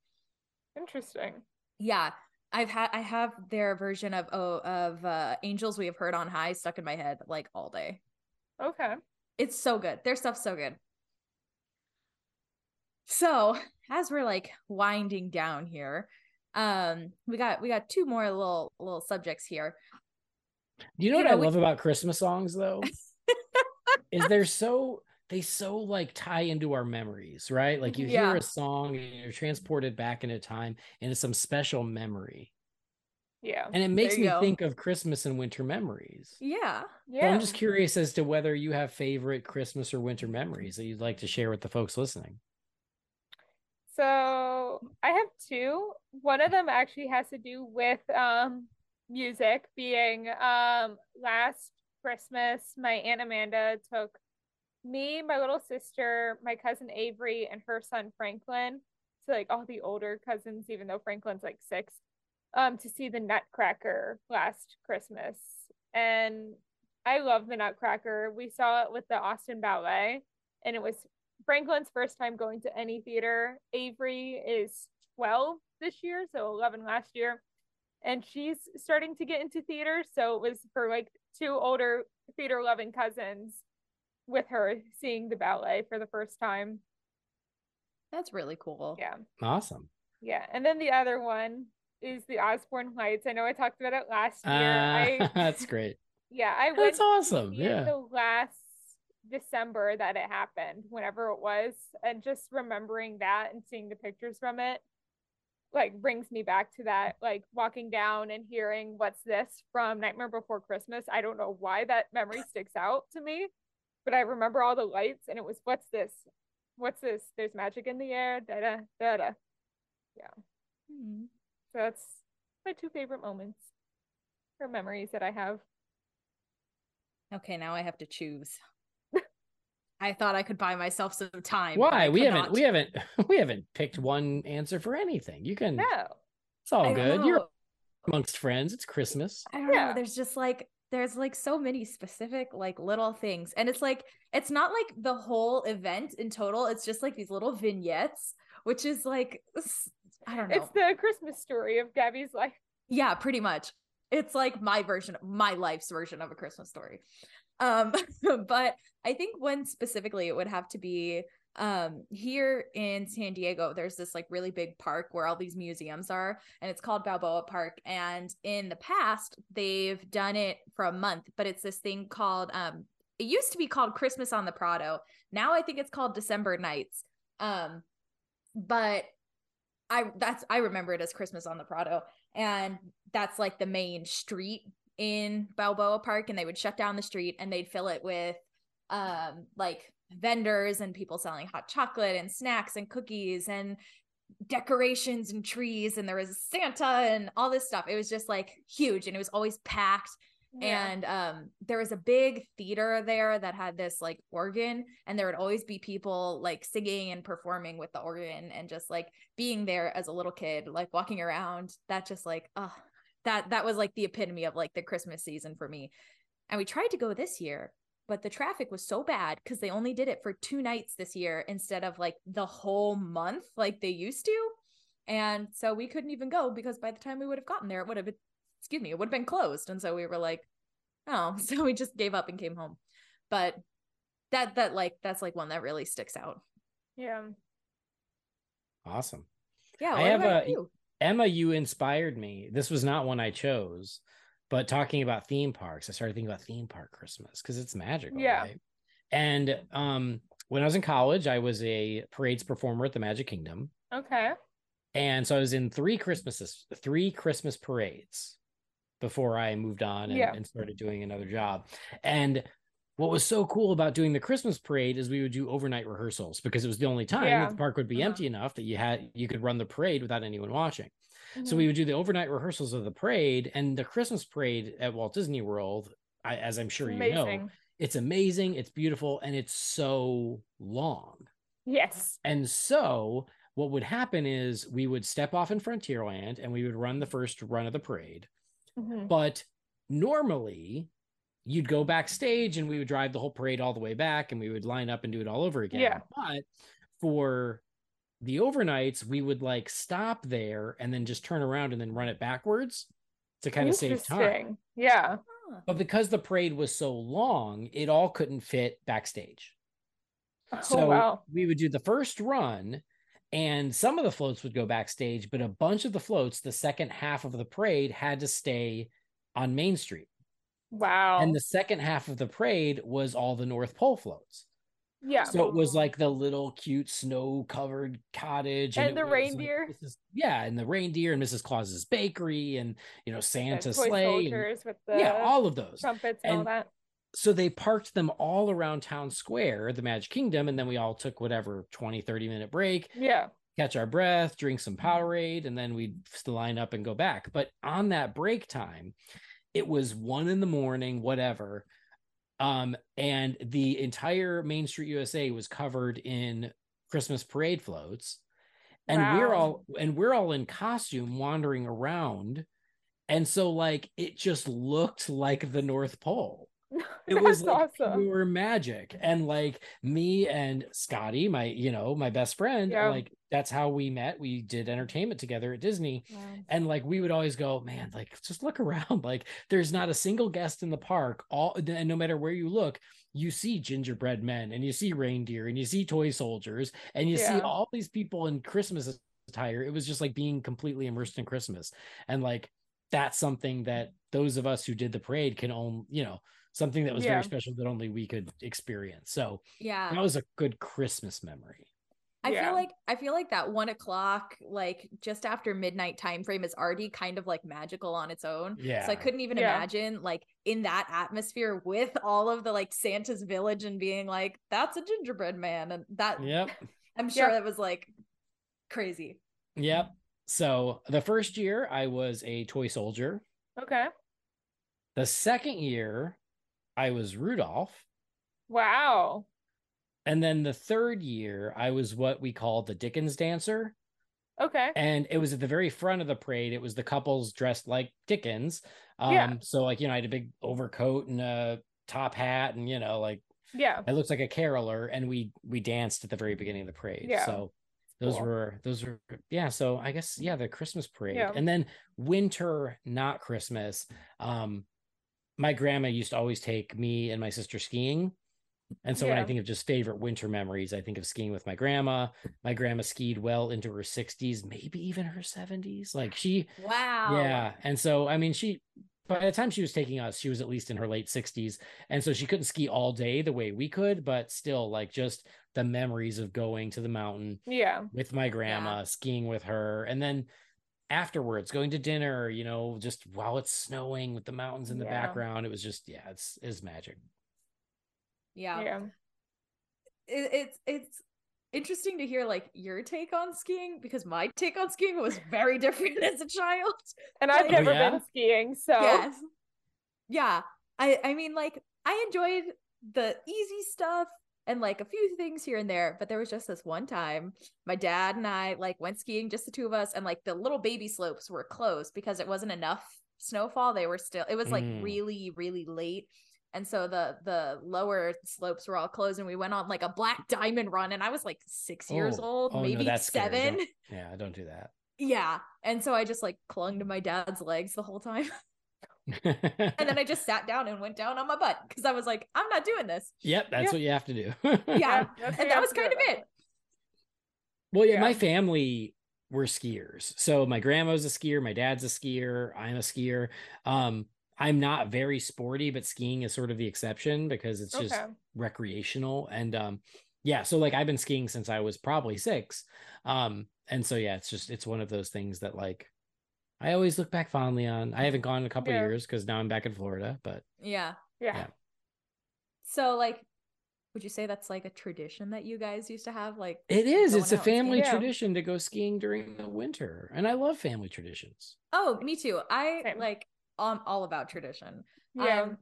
S2: Interesting.
S3: yeah i've had i have their version of oh of uh angels we have heard on high stuck in my head like all day
S2: Okay.
S3: it's so good their stuff's so good so as we're like winding down here um we got we got two more little little subjects here
S4: You know
S3: You
S4: what
S3: know,
S4: I
S3: we-
S4: love about Christmas songs though? is they're so they so like tie into our memories, right? Like you
S3: Mm-hmm. Yeah.
S4: hear a song and you're transported back into time and it's some special memory.
S2: Yeah.
S4: And it makes
S3: you
S4: me
S3: go.
S4: think of Christmas and winter memories.
S3: yeah
S4: So
S2: Yeah.
S4: I'm just curious as to whether you have favorite Christmas or winter memories that you'd like to share with the folks listening.
S2: So I have two. One of them actually has to do with um music being um last Christmas my aunt Amanda took me, my little sister, my cousin Avery and her son Franklin to like all the older cousins even though Franklin's like 6 um to see the Nutcracker last Christmas. And I love the Nutcracker. We saw it with the Austin Ballet and it was Franklin's first time going to any theater. Avery is 12 this year, so 11 last year. And she's starting to get into theater. So it was her like two older theater loving cousins with her seeing the ballet for the first time.
S3: that's really cool
S2: Yeah.
S4: Awesome.
S2: Yeah. And then the other one is the Osborne Lights. I know I talked about it last year.
S4: Uh,
S2: I,
S4: that's great.
S2: yeah, I went
S4: That's awesome.
S2: see it
S4: Yeah.
S2: the last December that it happened, whenever it was, and just remembering that and seeing the pictures from it, like brings me back to that, like walking down and hearing "What's This" from Nightmare Before Christmas. I don't know why that memory sticks out to me, but I remember all the lights, and it was "What's This." What's this? There's magic in the air. Da da da da.
S3: Hmm.
S2: So that's my two favorite moments or memories that I have.
S3: okay now i have to choose i thought i could buy myself some time but I
S4: Why? We
S3: could
S4: haven't
S3: not.
S4: we haven't we haven't picked one answer for anything. You can
S2: No.
S4: it's all
S3: I
S4: good. You're
S3: know.
S4: amongst friends. It's Christmas.
S3: I don't
S2: Yeah.
S3: know. There's just like there's like so many specific like little things, and it's like it's not like the whole event in total. It's just like these little vignettes, which is like s- I don't know.
S2: It's the Christmas story of Gabby's life.
S3: yeah, pretty much. It's like my version, my life's version of a Christmas story. Um, but I think one specifically it would have to be um here in San Diego there's this like really big park where all these museums are and it's called Balboa Park and in the past they've done it for a month but it's this thing called um it used to be called Christmas on the Prado now I think it's called December Nights um but I that's I remember it as Christmas on the Prado and that's like the main street in Balboa Park and they would shut down the street and they'd fill it with um like vendors and people selling hot chocolate and snacks and cookies and decorations and trees and there was Santa and all this stuff. It was just like huge and it was always packed
S2: Yeah.
S3: and um there was a big theater there that had this like organ and there would always be people like singing and performing with the organ and just like being there as a little kid like walking around that just like oh that that was like the epitome of like the christmas season for me and we tried to go this year but the traffic was so bad because they only did it for two nights this year instead of like the whole month like they used to and so we couldn't even go because by the time we would have gotten there it would have been excuse me, it would have been closed. And so we were like, oh, so we just gave up and came home. But that that like that's like one that really sticks out.
S2: yeah.
S4: Awesome.
S3: Yeah,
S4: I
S3: what
S4: have
S3: about
S4: a-
S3: you?
S4: Emma, you inspired me. This was not one I chose, but talking about theme parks, I started thinking about theme park Christmas because it's magical.
S2: Yeah.
S4: right? And um, when I was in college, I was a parades performer at the Magic Kingdom.
S2: Okay.
S4: And so I was in three Christmases, three Christmas parades before I moved on and,
S2: Yeah.
S4: and started doing another job. And what was so cool about doing the Christmas parade is we would do overnight rehearsals because it was the only time
S2: Yeah.
S4: that the park would be
S3: Uh-huh.
S4: empty enough that you had you could run the parade without anyone watching.
S2: Mm-hmm.
S4: So we would do the overnight rehearsals of the parade and the Christmas parade at Walt Disney World. I, as I'm sure you know,
S2: Amazing.
S4: it's amazing, it's beautiful, and it's so long.
S2: Yes.
S4: And so what would happen is we would step off in Frontierland and we would run the first run of the parade.
S2: Mhm.
S4: But normally you'd go backstage and we would drive the whole parade all the way back and we would line up and do it all over again.
S2: Yeah.
S4: But for the overnights, we would like stop there and then just turn around and then run it backwards to kind of save time.
S2: Interesting. Yeah.
S3: Huh.
S4: But because the parade was so long, it all couldn't fit backstage.
S2: Oh,
S4: So
S2: wow.
S4: we would do the first run, and some of the floats would go backstage, but a bunch of the floats, the second half of the parade, had to stay on Main Street.
S2: Wow.
S4: And the second half of the parade was all the North Pole floats.
S2: yeah.
S4: So it
S2: Oh.
S4: was like the little cute snow covered cottage
S2: And
S4: it
S2: the
S4: was, like,
S2: reindeer.
S4: Mrs. yeah, and the reindeer and Mrs. Claus's bakery and, you know,
S2: The
S4: Santa's
S2: toy
S4: sleigh. and-
S2: soldiers with the
S4: yeah, all of those
S2: trumpets and, all
S4: and-
S2: that.
S4: so they parked them all around town square the magic kingdom and then we all took whatever 20 30 minute break
S2: Yeah.
S4: catch our breath drink some powerade and then we'd still line up and go back but on that break time it was one in the morning whatever um and the entire main street usa was covered in christmas parade floats and we're
S2: Wow.
S4: all and we're all in costume wandering around and so like it just looked like the north pole it
S2: That's
S4: was like
S2: awesome.
S4: pure magic and like me and scotty my you know my best friend
S2: Yeah.
S4: like that's how we met we did entertainment together at disney and like we would always go man like just look around like there's not a single guest in the park all and no matter where you look you see gingerbread men and you see reindeer and you see toy soldiers and you see
S2: Yeah.
S4: all these people in christmas attire it was just like being completely immersed in christmas and like that's something that those of us who did the parade can own you know something that was
S2: Yeah.
S4: very special that only we could experience so
S3: Yeah.
S4: that was a good christmas memory
S3: I
S2: Yeah.
S3: feel like I feel like that one o'clock, like just after midnight time frame is already kind of like magical on its own.
S4: yeah
S3: So I couldn't even
S2: Yeah.
S3: imagine like in that atmosphere with all of the like Santa's village and being like, that's a gingerbread man. And that
S4: yep
S3: I'm sure
S2: Yeah.
S3: that was like crazy.
S4: Yep. So the first year I was a toy soldier.
S2: Okay.
S4: The second year I was Rudolph.
S2: Wow.
S4: And then the third year I was what we call the Dickens dancer.
S2: Okay.
S4: and it was at the very front of the parade. It was the couples dressed like Dickens. Um,
S2: Yeah.
S4: So like you know, I had a big overcoat and a top hat, and you know, like
S2: Yeah.
S4: I looked like a caroler. And we we danced at the very beginning of the parade.
S2: Yeah.
S4: So those
S2: Cool.
S4: were those were yeah. So I guess yeah, the Christmas parade,
S2: Yeah.
S4: and then winter, not Christmas. Um, my grandma used to always take me and my sister skiing. And so when I
S2: Yeah.
S4: think of just favorite winter memories, I think of skiing with my grandma. My grandma skied well into her 60s, maybe even her 70s. Like she,
S3: Wow.
S2: Um,
S4: yeah. And so, I mean, she, by the time she was taking us, she was at least in her late 60s. And so she couldn't ski all day the way we could, but still, like, just the memories of going to the mountain
S2: Yeah.
S4: with my grandma, skiing with her. And then, afterwards going to dinner you know just while it's snowing with the mountains in the
S2: Yeah.
S4: background it was just yeah it's is magic
S3: Yeah.
S2: Yeah.
S3: It, it's it's interesting to hear like your take on skiing because my take on skiing was very different as a child.
S2: And I've
S3: Oh,
S2: never
S4: yeah?
S2: been skiing, so
S3: Yes. Yeah. I I mean like I enjoyed the easy stuff and like a few things here and there, but there was just this one time my dad and I like went skiing just the two of us and like the little baby slopes were closed because it wasn't enough snowfall. They were still it was like
S4: Mm.
S3: really really late. And so the the lower slopes were all closed and we went on like a black diamond run and I was like 6 years
S4: Oh.
S3: old,
S4: Oh, no,
S3: maybe
S4: that's scary.
S3: 7.
S4: Don't- yeah don't do that
S3: Yeah. And so I just like clung to my dad's legs the whole time. And then I just sat down and went down on my butt because I was like, I'm not doing this.
S4: Yep, that's
S2: Yeah.
S4: what you have to do.
S3: Yeah.
S2: that's what
S3: And
S2: you
S3: that
S2: have
S3: was
S2: to do
S3: kind of
S2: about
S3: it.
S4: Well, yeah, my
S2: Yeah.
S4: family were skiers. So my grandma's a skier, my dad's a skier, I'm a skier. Um, I'm not very sporty, but skiing is sort of the exception because it's just
S2: Okay.
S4: recreational. And um, yeah, so like I've been skiing since I was probably six. Um, and so yeah, it's just it's one of those things that like I always look back fondly on. I haven't gone in a couple
S2: Yeah.
S4: years because now I'm back in Florida, but
S3: Yeah.
S2: Yeah.
S4: Yeah.
S3: So, like, would you say that's like a tradition that you guys used to have? Like,
S4: it is.
S3: going
S4: It's a
S3: out and skiing?
S4: family
S2: Yeah.
S4: tradition to go skiing during the winter. And I love family traditions.
S3: Oh, me too. I
S2: Same.
S3: like, I'm all about tradition.
S2: Yeah.
S3: I'm,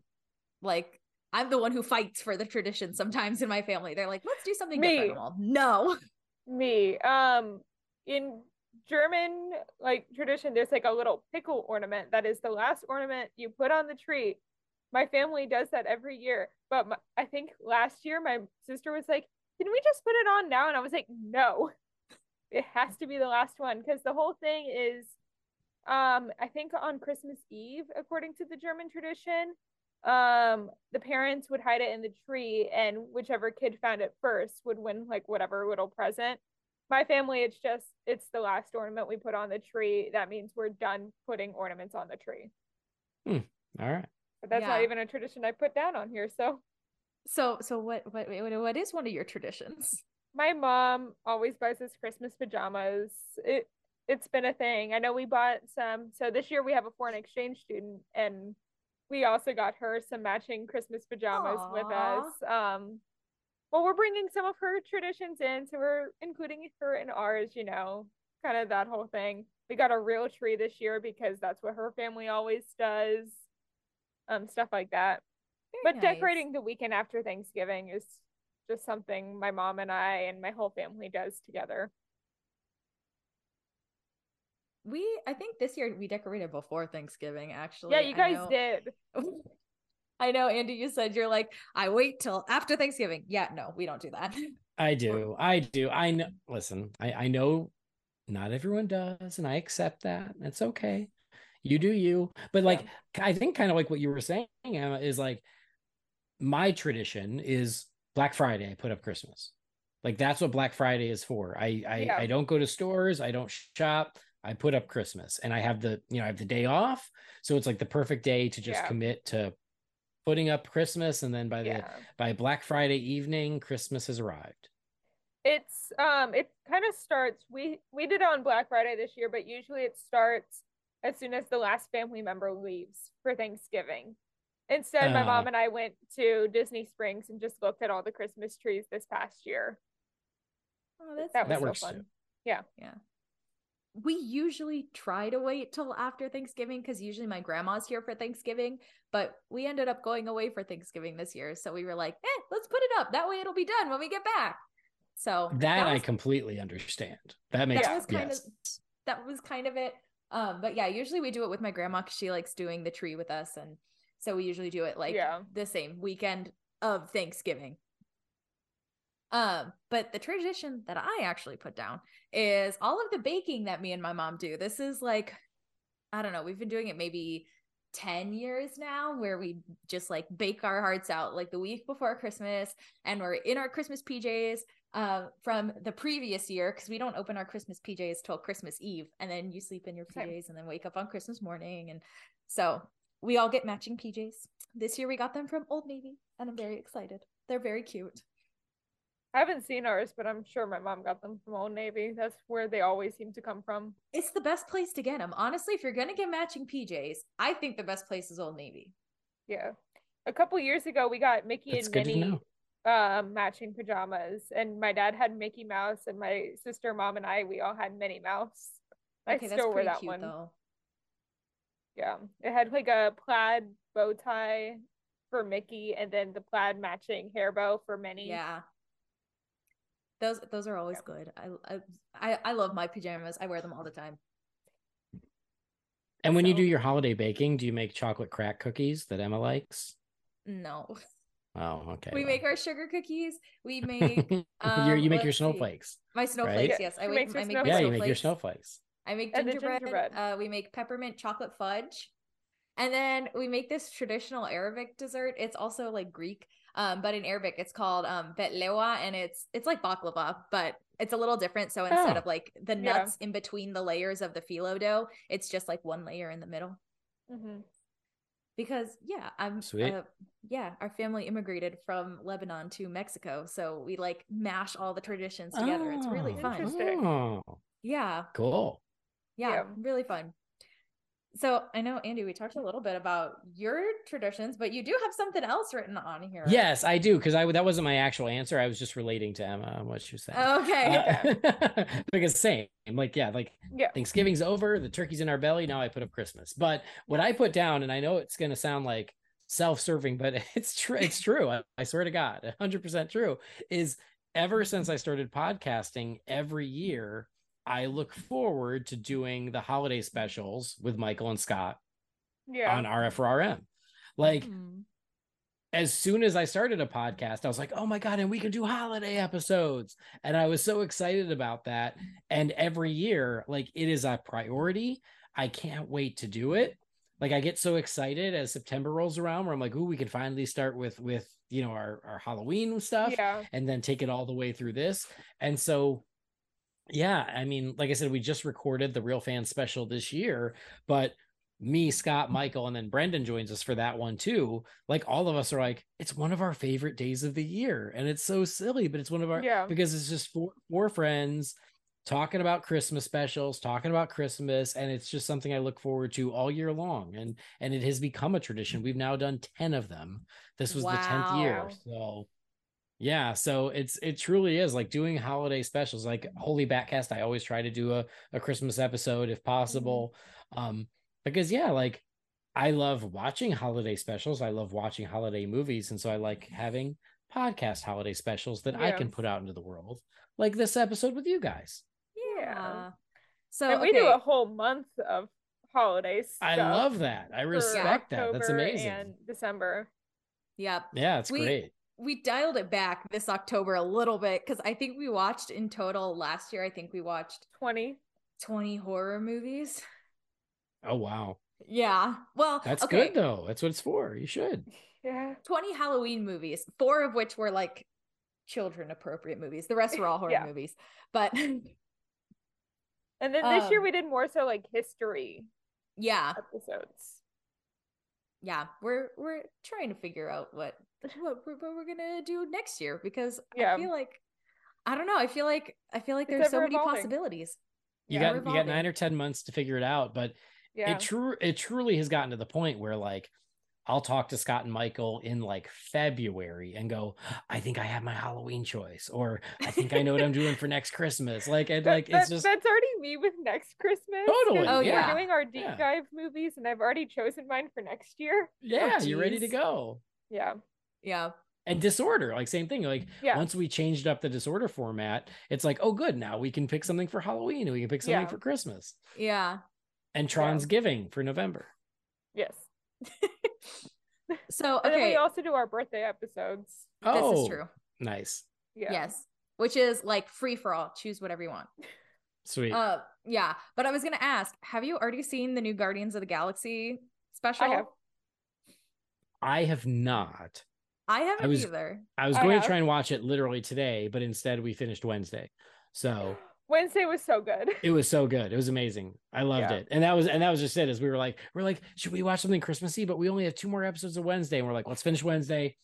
S3: like, I'm the one who fights for the tradition sometimes in my family. They're like, let's do something
S2: Me.
S3: different. I'm all, no.
S2: Me. Um in German like tradition, there's like a little pickle ornament that is the last ornament you put on the tree. My family does that every year, but my, I think last year my sister was like, "Can we just put it on now?" And I was like, "No, it has to be the last one because the whole thing is, um, I think on Christmas Eve, according to the German tradition, um the parents would hide it in the tree and whichever kid found it first would win like whatever little present my family it's just it's the last ornament we put on the tree that means we're done putting ornaments on the tree
S4: All right.
S2: but that's not
S3: Yeah.
S2: even a tradition i put down on here so
S3: So, so what, what, what what is one of your traditions?
S2: my mom always buys us christmas pajamas it it's been a thing i know we bought some so this year we have a foreign exchange student and we also got her some matching christmas pajamas with
S3: Aw.
S2: us um well we're bringing some of her traditions in so we're including her in ours you know kind of that whole thing we got a real tree this year because that's what her family always does um stuff like that
S3: Very
S2: but
S3: nice.
S2: decorating the weekend after Thanksgiving is just something my mom and I and my whole family does together.
S3: We, I think this year we decorated before Thanksgiving, actually.
S2: yeah, you
S3: I
S2: guys
S3: know-
S2: did.
S3: I know, Andy, you said you're like, I wait till after Thanksgiving. Yeah, no, we don't do that.
S4: I do. I do. I know. Listen, I, I know not everyone does, and I accept that. That's okay. You do you. But like, I think kind of like what you were saying, Emma, is like my tradition is Black Friday, I put up Christmas. Like that's what Black Friday is for. I I,
S2: Yeah.
S4: I don't go to stores, I don't shop. I put up Christmas and I have the, you know, I have the day off. So it's like the perfect day to just
S2: Yeah.
S4: commit to putting up Christmas. And then by the
S2: Yeah.
S4: by Black Friday evening, Christmas has arrived.
S2: It's um it kind of starts we we did it on Black Friday this year, but usually it starts as soon as the last family member leaves for Thanksgiving. Instead, my
S4: Ah.
S2: mom and I went to Disney Springs and just looked at all the Christmas trees this past year.
S3: Oh, that's
S2: That
S4: That
S2: was so fun.
S4: works too.
S3: we usually try to wait till after Thanksgiving because usually my grandma's here for Thanksgiving, but we ended up going away for Thanksgiving this year. So we were like, eh, let's put it up. That way it'll be done when we get back. So
S4: That I
S3: was-
S4: completely understand. That makes
S3: that was kind
S4: yes.
S3: of that was kind of it. Um, but yeah, usually we do it with my grandma 'cause she likes doing the tree with us, and so we usually do it like
S2: Yeah.
S3: the same weekend of Thanksgiving. Um, but the tradition that I actually put down is all of the baking that me and my mom do. This is like, I don't know, we've been doing it maybe 10 years now where we just like bake our hearts out like the week before Christmas and we're in our Christmas PJs uh, from the previous year because we don't open our Christmas PJs till Christmas Eve and then you sleep in your
S2: Same.
S3: PJs and then wake up on Christmas morning. And so we all get matching PJs. This year we got them from Old Navy and I'm very excited. They're very cute.
S2: I haven't seen ours, but I'm sure my mom got them from Old Navy. That's where they always seem to come from.
S3: It's the best place to get them. Honestly, if you're going to get matching PJs, I think the best place is Old Navy.
S2: Yeah. A couple years ago, we got Mickey
S4: That's
S2: and
S4: good to
S2: Minnie
S4: know.
S2: um, matching pajamas, and my dad had Mickey Mouse, and my sister, mom, and I, we all had Minnie Mouse. I still wear that one.
S3: though.
S2: Yeah, it had like a plaid bow tie for Mickey, and then the plaid matching hair bow for Minnie.
S3: Yeah. Those those are always good. I, I- I I love my pajamas. I wear them all the time.
S4: And when you do
S3: So-
S4: your holiday baking, do you make chocolate crack cookies that Emma likes?
S3: No.
S4: Oh, okay.
S3: We
S4: well.
S3: make our sugar cookies. We make
S4: you
S3: um,
S4: you make your
S3: let's see.
S4: snowflakes.
S3: my snowflakes.
S4: Yeah,
S3: Yes, I
S2: she
S3: wait.
S2: makes her
S3: I make
S2: Oh,
S4: yeah,
S3: my
S4: you make your
S3: snowflakes.
S4: snowflakes.
S3: I make
S2: And the
S3: gingerbread.
S2: gingerbread.
S3: Uh, we make peppermint chocolate fudge. And then we make this traditional Arabic dessert. It's also like Greek, um, but in Arabic it's called um, betlewa, and it's it's like baklava, but it's a little different. So instead
S4: Oh.
S3: of like the
S2: Yeah.
S3: nuts in between the layers of the phyllo dough, it's just like one layer in the middle.
S2: hmm
S3: Because yeah, I'm
S4: Sweet.
S3: Uh, yeah, our family immigrated from Lebanon to Mexico, so we like mash all the traditions together. It's really
S4: Oh,
S3: fun.
S2: Interesting.
S4: Oh,
S3: Yeah,
S4: cool.
S3: yeah,
S2: Yeah.
S3: really fun. So I know, Andy, we talked a little bit about your traditions, but you do have something else written on here.
S4: Yes, I do because I that wasn't my actual answer. I was just relating to Emma and what she was saying.
S3: Okay.
S4: Uh, because same, like yeah, like
S2: Yeah.
S4: Thanksgiving's over, the turkey's in our belly. Now I put up Christmas. But what I put down, and I know it's going to sound like self-serving, but it's true. It's true. I, I swear to God, hundred percent true. Is ever since I started podcasting, every year I look forward to doing the holiday specials with Michael and Scott
S2: Yeah.
S4: on RFRM. Like
S3: Mm.
S4: as soon as I started a podcast, I was like, oh my God, and we can do holiday episodes. And I was so excited about that. And every year, like it is a priority. I can't wait to do it. Like I get so excited as September rolls around where I'm like, ooh, we can finally start with with you know our, our Halloween stuff
S2: Yeah.
S4: and then take it all the way through this. And so, yeah, I mean, like I said, we just recorded the Real Fan special this year, but me, Scott, Michael, and then Brendan joins us for that one too. Like all of us are like, it's one of our favorite days of the year. And it's so silly, but it's one of our
S2: Yeah.
S4: because it's just four, four friends talking about Christmas specials, talking about Christmas, and it's just something I look forward to all year long. And and it has become a tradition. We've now done 10 of them. This was the 10th year.
S2: Wow.
S4: So yeah, so it's it truly is like doing holiday specials. Like Holy Backcast, I always try to do a, a Christmas episode if possible.
S2: Mm-hmm.
S4: Um, because yeah, like I love watching holiday specials. I love watching holiday movies, and so I like having podcast holiday specials that I
S2: Yeah.
S4: can put out into the world, like this episode with you guys.
S3: Yeah. So
S2: And we do
S3: okay.
S2: a whole month of holidays.
S4: I love that. I respect that. That's amazing.
S2: And December.
S3: Yep.
S4: yeah, it's
S3: we-
S4: great.
S3: we dialed it back this October a little bit because I think we watched in total last year. I think we watched
S2: 20.
S3: 20 horror movies.
S4: Oh wow,
S3: Yeah. Well,
S4: that's
S3: okay,
S4: good though. That's what it's for. You should.
S2: Yeah.
S3: 20 Halloween movies, four of which were like children appropriate movies. The rest were all horror
S2: Yeah.
S3: movies. But
S2: And then this year
S3: Um,
S2: we did more so like history
S3: yeah,
S2: episodes.
S3: yeah, we're we're trying to figure out what what we're, what we're gonna do next year because
S2: Yeah.
S3: I feel like I don't know. I feel like I feel like
S2: It's
S3: there's so many
S2: ever-evolving.
S3: possibilities.
S2: Yeah.
S4: You got you got
S3: Revolving.
S4: nine or ten months to figure it out, but
S2: Yeah.
S4: it true it truly has gotten to the point where like I'll talk to Scott and Michael in like February and go, I think I have my Halloween choice, or I think I know what I'm doing for next Christmas. Like, and
S2: That-
S4: like it's
S2: that-
S4: just
S2: that's already me with next Christmas. 'cause
S4: Totally,
S3: Oh, yeah.
S2: We're doing our deep
S4: yeah.
S2: dive movies, and I've already chosen mine for next year.
S4: yeah, you're ready to
S3: jeez.
S4: go.
S2: Yeah.
S3: Yeah.
S4: and disorder like same thing like
S2: Yeah.
S4: once we changed up the disorder format it's like oh good now we can pick something for halloween we can pick something
S2: Yeah.
S4: for christmas
S3: Yeah.
S4: and trans giving for november
S2: Yes.
S3: So
S2: And then
S3: okay,
S2: we also do our birthday episodes.
S4: oh
S3: this is true.
S4: nice
S2: Yeah.
S3: Yes. Which is like free for all. Choose whatever you want.
S4: sweet
S3: Uh yeah. But I was gonna ask, have you already seen the new Guardians of the Galaxy special?
S2: I have.
S4: i have not
S3: not
S4: was-
S3: either.
S4: i was
S2: I
S4: going
S2: have.
S4: to try and watch it literally today but instead we finished wednesday so
S2: Wednesday was so good.
S4: it was so good it was amazing i loved
S2: Yeah.
S4: it and that was and that was just it as we were like we are like should we watch something christmassy but we only have two more episodes of wednesday and we're like let's finish wednesday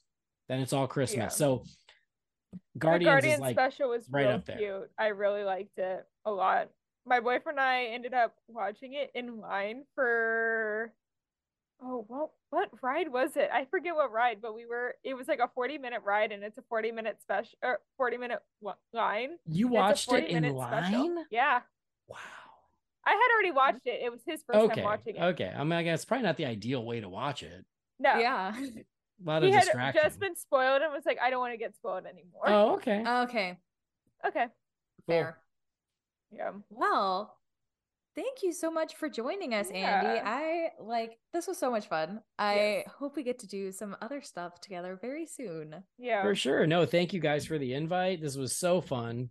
S4: then it's all christmas
S2: Yeah.
S4: so
S2: Guardian
S4: guardians, is like
S2: special was
S4: right
S2: real
S4: up there.
S2: cute. I really liked it a lot. My boyfriend and I ended up watching it in line for oh what what ride was it? I forget what ride, but we were it was like a 40 minute ride and it's a 40 minute special or 40 minute wa- line.
S4: you
S2: and it's a
S4: watched it
S2: 40
S4: in
S2: minute
S4: line
S2: special. Yeah.
S4: wow
S2: I had already watched it. It was his first
S4: okay
S2: time watching it.
S4: okay i mean i guess it's probably not the ideal way to watch it
S2: No.
S3: Yeah.
S4: a lot
S2: He
S4: of
S2: had
S4: distraction
S2: just been Uh, spoiled and was like, I don't want to get spoiled anymore.
S4: oh okay
S3: okay.
S2: Okay.
S4: cool.
S3: Fair.
S2: Yeah.
S3: Well, thank you so much for joining us, Andy.
S2: Yeah.
S3: I like this was so much fun. I
S2: Yes.
S3: hope we get to do some other stuff together very soon.
S2: Yeah.
S4: For sure. No, thank you guys for the invite. This was so fun.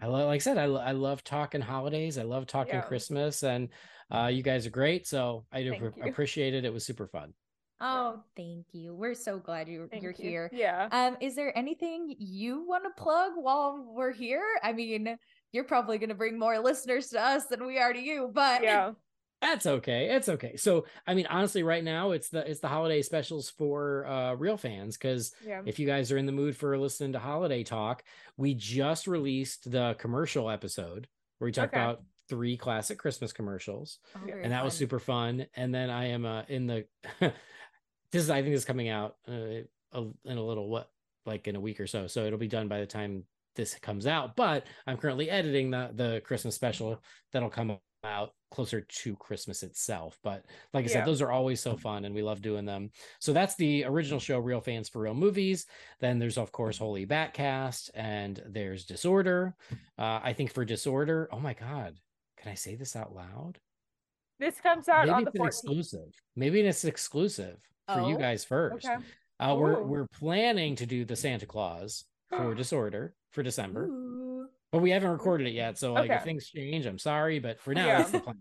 S4: I love, like I said, I, lo- I love talking holidays. I love talking
S2: Yeah.
S4: Christmas, and uh, you guys are great. So I do
S2: Thank
S4: appre-
S2: you.
S4: appreciate it. It was super fun.
S3: Oh, thank you. We're so glad you
S2: Thank
S3: you're
S2: you.
S3: here.
S2: Yeah.
S3: Um, is there anything you want to plug while we're here? I mean, you're probably going to bring more listeners to us than we are to you, but
S2: yeah.
S4: That's okay. It's okay. So I mean, honestly, right now it's the it's the holiday specials for uh, real fans because
S2: Yeah.
S4: if you guys are in the mood for listening to holiday talk, we just released the commercial episode where we talked
S2: Okay.
S4: about three classic Christmas commercials.
S3: Oh,
S2: And
S3: very
S4: and that was
S3: fun.
S4: super fun. And then I am uh, in the this is I think this is coming out uh, a, in a little what like in a week or so, so it'll be done by the time this comes out. But I'm currently editing the the Christmas special that'll come out closer to Christmas itself. But like I
S2: Yeah.
S4: said, those are always so fun, and we love doing them. So that's the original show, Real Fans for Real Movies. Then there's of course Holy Batcast, and there's Disorder. Uh, I think for Disorder, oh my god. Can I say this out loud?
S2: This comes out
S4: Maybe
S2: on the
S4: it's an
S2: 14th.
S4: exclusive. Maybe it's exclusive for you
S3: Oh,
S4: guys first.
S2: Okay.
S4: Uh, we're
S2: Ooh.
S4: we're planning to do the Santa Claus for disorder for December,
S3: Ooh.
S4: but we haven't recorded it yet. So like if
S2: Okay.
S4: things change, I'm sorry, but for now
S2: Yeah.
S4: that's the plan.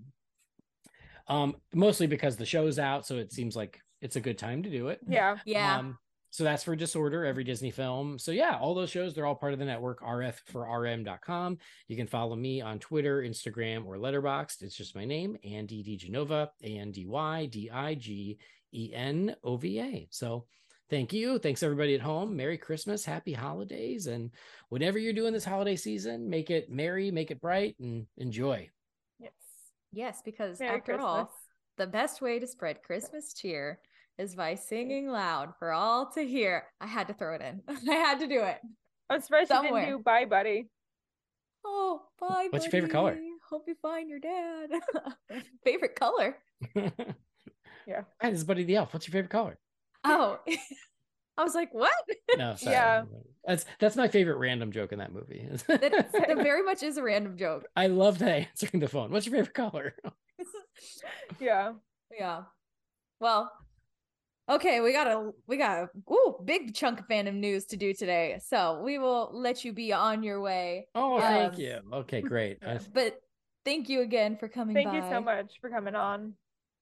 S4: Um, mostly because the show's out, so it seems like it's a good time to do it.
S2: Yeah.
S3: Yeah.
S4: Um, so that's for Disorder, every Disney film. So yeah, all those shows, they're all part of the network, rf for rm.com. You can follow me on Twitter, Instagram, or Letterboxd. It's just my name, Andy D. Genova, E A-N-D-Y-D-I-G-E-N-O-V-A. So thank you. Thanks everybody at home. Merry Christmas, happy holidays. And whatever you're doing this holiday season, make it merry, make it bright, and enjoy.
S2: Yes.
S3: yes, because
S2: Merry
S3: after
S2: Christmas.
S3: all, the best way to spread Christmas cheer is by singing loud for all to hear. I had to throw it in. I had to do it.
S2: I'm surprised you
S3: somewhere.
S2: didn't do Bye Buddy.
S3: Oh, bye.
S4: What's your favorite color?
S3: buddy. Hope you find your dad. favorite color?
S2: Yeah.
S4: Hi, this is Buddy the Elf. What's your favorite color?
S3: Oh, I was like, what?
S4: No, sorry.
S2: Yeah.
S4: That's that's my favorite random joke in that movie.
S3: That, is- that very much is a random joke.
S4: I love that answering the phone. What's your favorite color?
S2: Yeah.
S3: Yeah. Well, okay, we got a we got a ooh, big chunk of fandom news to do today. So we will let you be on your way.
S4: Oh, thank
S3: Um,
S4: you. Okay, great. I-
S3: But thank you again for coming
S2: Thank you
S3: by.
S2: so much for coming on.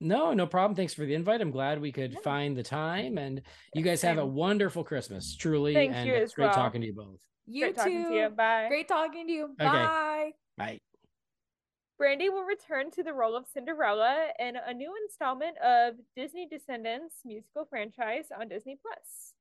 S4: no, no problem. Thanks for the invite. I'm glad we could
S3: Yeah.
S4: find the time. And you guys have a
S2: same.
S4: wonderful Christmas, truly.
S2: Thank
S4: and
S2: you
S4: it's
S2: as
S4: great
S2: well.
S4: talking to you both.
S3: You
S2: Great talking
S3: too.
S2: to you. Bye.
S3: Great talking to you. Bye.
S4: Bye.
S2: Brandy will return to the role of Cinderella in a new installment of Disney Descendants musical franchise on Disney Plus.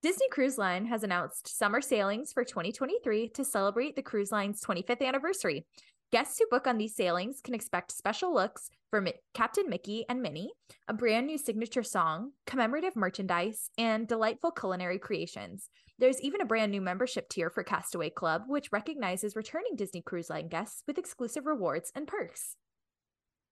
S3: Disney Cruise Line has announced summer sailings for 2023 to celebrate the cruise line's 25th anniversary. Guests who book on these sailings can expect special looks from Captain Mickey and Minnie, a brand new signature song, commemorative merchandise, and delightful culinary creations. There's even a brand new membership tier for Castaway Club, which recognizes returning Disney Cruise Line guests with exclusive rewards and perks.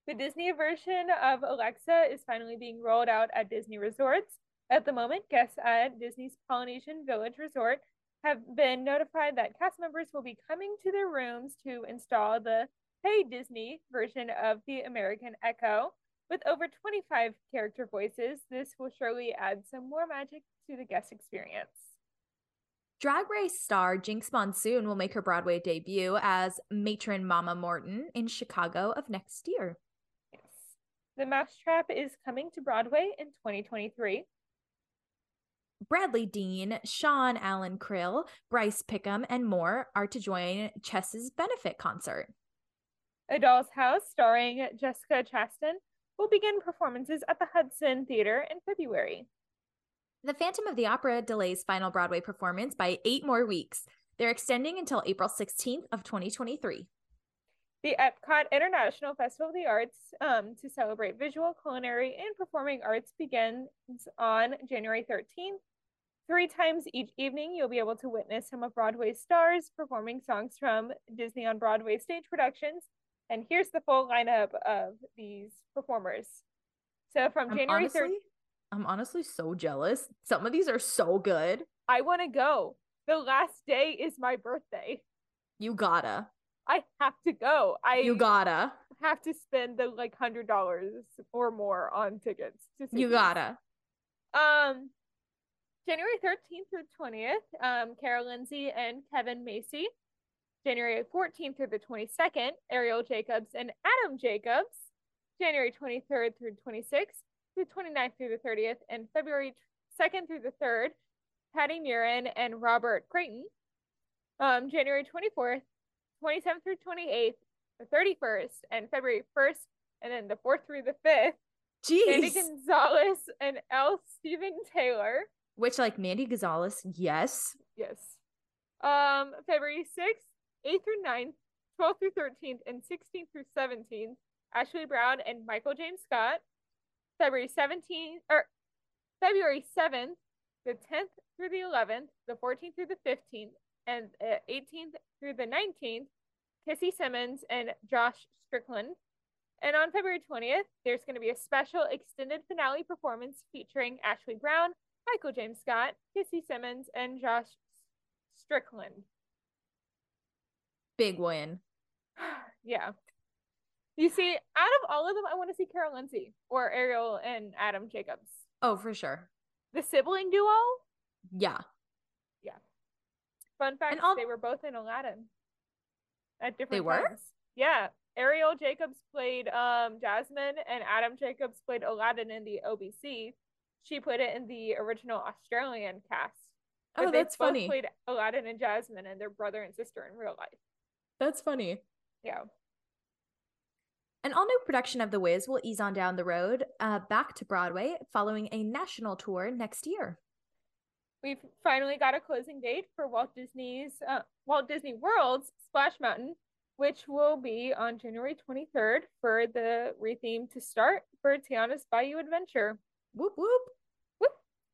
S2: The Disney version of Alexa is finally being rolled out at Disney resorts. At the moment, guests at Disney's Polynesian Village Resort have been notified that cast members will be coming to their rooms to install the Hey Disney version of the American Echo. With over 25 character voices, this will surely add some more magic to the guest experience.
S3: Drag Race star Jinx Monsoon will make her Broadway debut as matron Mama Morton in Chicago of next year.
S2: Yes. The Mousetrap is coming to Broadway in 2023.
S3: Bradley Dean, Sean Allen Krill, Bryce Pickham, and more are to join Chess's benefit concert.
S2: A Doll's House, starring Jessica Chastain, will begin performances at the Hudson Theater in February.
S3: The Phantom of the Opera delays final Broadway performance by eight more weeks. They're extending until April 16th of 2023.
S2: The Epcot International Festival of the Arts um, to celebrate visual, culinary, and performing arts begins on January 13th. Three times each evening, you'll be able to witness some of Broadway's stars performing songs from Disney on Broadway stage productions. And here's the full lineup of these performers. So from
S3: I'm
S2: January 13th,
S3: honestly, I'm honestly so jealous. Some of these are so good.
S2: I want to go. The last day is my birthday.
S3: You gotta.
S2: I have to go. I
S3: You gotta.
S2: have to spend the like hundred dollars or more on tickets to see
S3: You
S2: these.
S3: gotta.
S2: Um, January 13th through 20th, um, Carol Lindsay and Kevin Macy. January 14th through the 22nd, Ariel Jacobs and Adam Jacobs. January 23rd through 26th, the 29th through the 30th, and February 2nd through the 3rd, Patty Murin and Robert Creighton. Um, January 24th, 27th through 28th, the 31st, and February 1st, and then the 4th through the 5th. Andy
S3: Jeez.
S2: Gonzalez and L. Stephen Taylor.
S3: Which, like Mandy Gonzalez, yes.
S2: Yes. Um, February 6th, 8th through 9th, 12th through 13th, and 16th through 17th, Ashley Brown and Michael James Scott. February 17th, or February 7th, the 10th through the 11th, the 14th through the 15th, and uh, 18th through the 19th, Kissy Simmons and Josh Strickland. And on February 20th, there's going to be a special extended finale performance featuring Ashley Brown, Michael James Scott, Kissy Simmons, and Josh Strickland.
S3: Big win.
S2: yeah. You see, out of all of them, I want to see Carol Lindsay or Ariel and Adam Jacobs.
S3: Oh, for sure.
S2: The sibling duo.
S3: Yeah.
S2: Fun fact:
S3: all-
S2: they were both in Aladdin. At different
S3: They were?
S2: times. Yeah, Ariel Jacobs played um Jasmine, and Adam Jacobs played Aladdin in the OBC. She played it in the original Australian cast. but
S3: Oh,
S2: they
S3: that's
S2: both
S3: funny.
S2: Played Aladdin and Jasmine, and their brother and sister in real life.
S3: That's funny.
S2: Yeah.
S3: An all new production of The Wiz will ease on down the road uh, back to Broadway following a national tour next year.
S2: We've finally got a closing date for Walt Disney's uh, Walt Disney World's Splash Mountain, which will be on January 23rd for the retheme to start for Tiana's Bayou Adventure.
S3: Whoop whoop.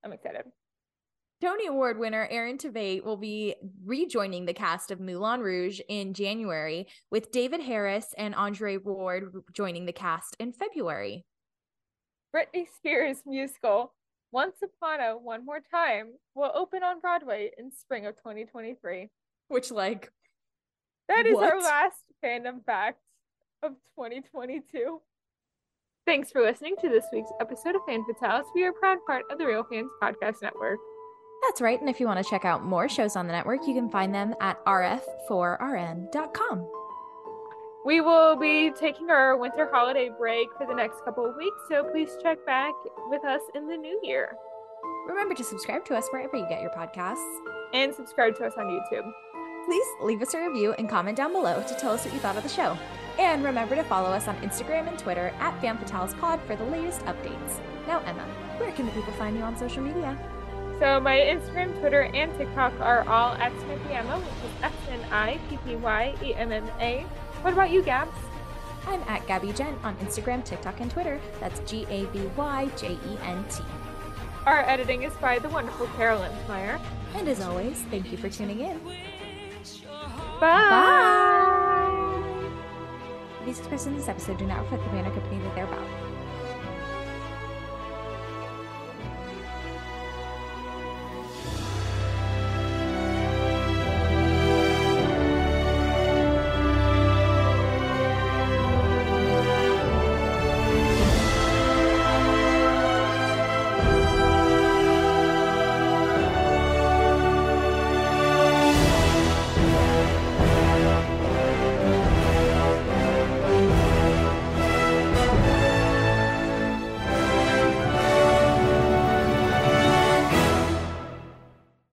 S2: I'm excited.
S3: Tony Award winner Aaron Tveit will be rejoining the cast of Moulin Rouge in January, with David Harris and Andre Ward joining the cast in February.
S2: Britney Spears musical Once Upon a One More Time will open on Broadway in spring of 2023.
S3: Which, like,
S2: That is our
S3: What?
S2: last fandom fact of 2022. Thanks for listening to this week's episode of Fan Fatales. We are a proud part of the Real Fans Podcast Network.
S3: that's right. And if you want to check out more shows on the network, you can find them at rf4rn.com.
S2: We will be taking our winter holiday break for the next couple of weeks, so please check back with us in the new year
S3: Remember to subscribe to us wherever you get your podcasts.
S2: and subscribe to us on YouTube.
S3: Please leave us a review and comment down below to tell us what you thought of the show. And remember to follow us on Instagram and Twitter at FanFatalesPod for the latest updates. Now, Emma, where can the people find you on social media?
S2: So my Instagram, Twitter, and TikTok are all at Smithy Emma, which is S N I P P Y E M M A. What about you, Gabs?
S3: I'm at Gabby Gent on Instagram, TikTok, and Twitter. That's G A B Y J E N T.
S2: Our editing is by the wonderful Carolyn Meyer.
S3: And as always, thank you for tuning in.
S2: Bye.
S3: Bye. These expressed in this episode do not reflect the banner company that they're about.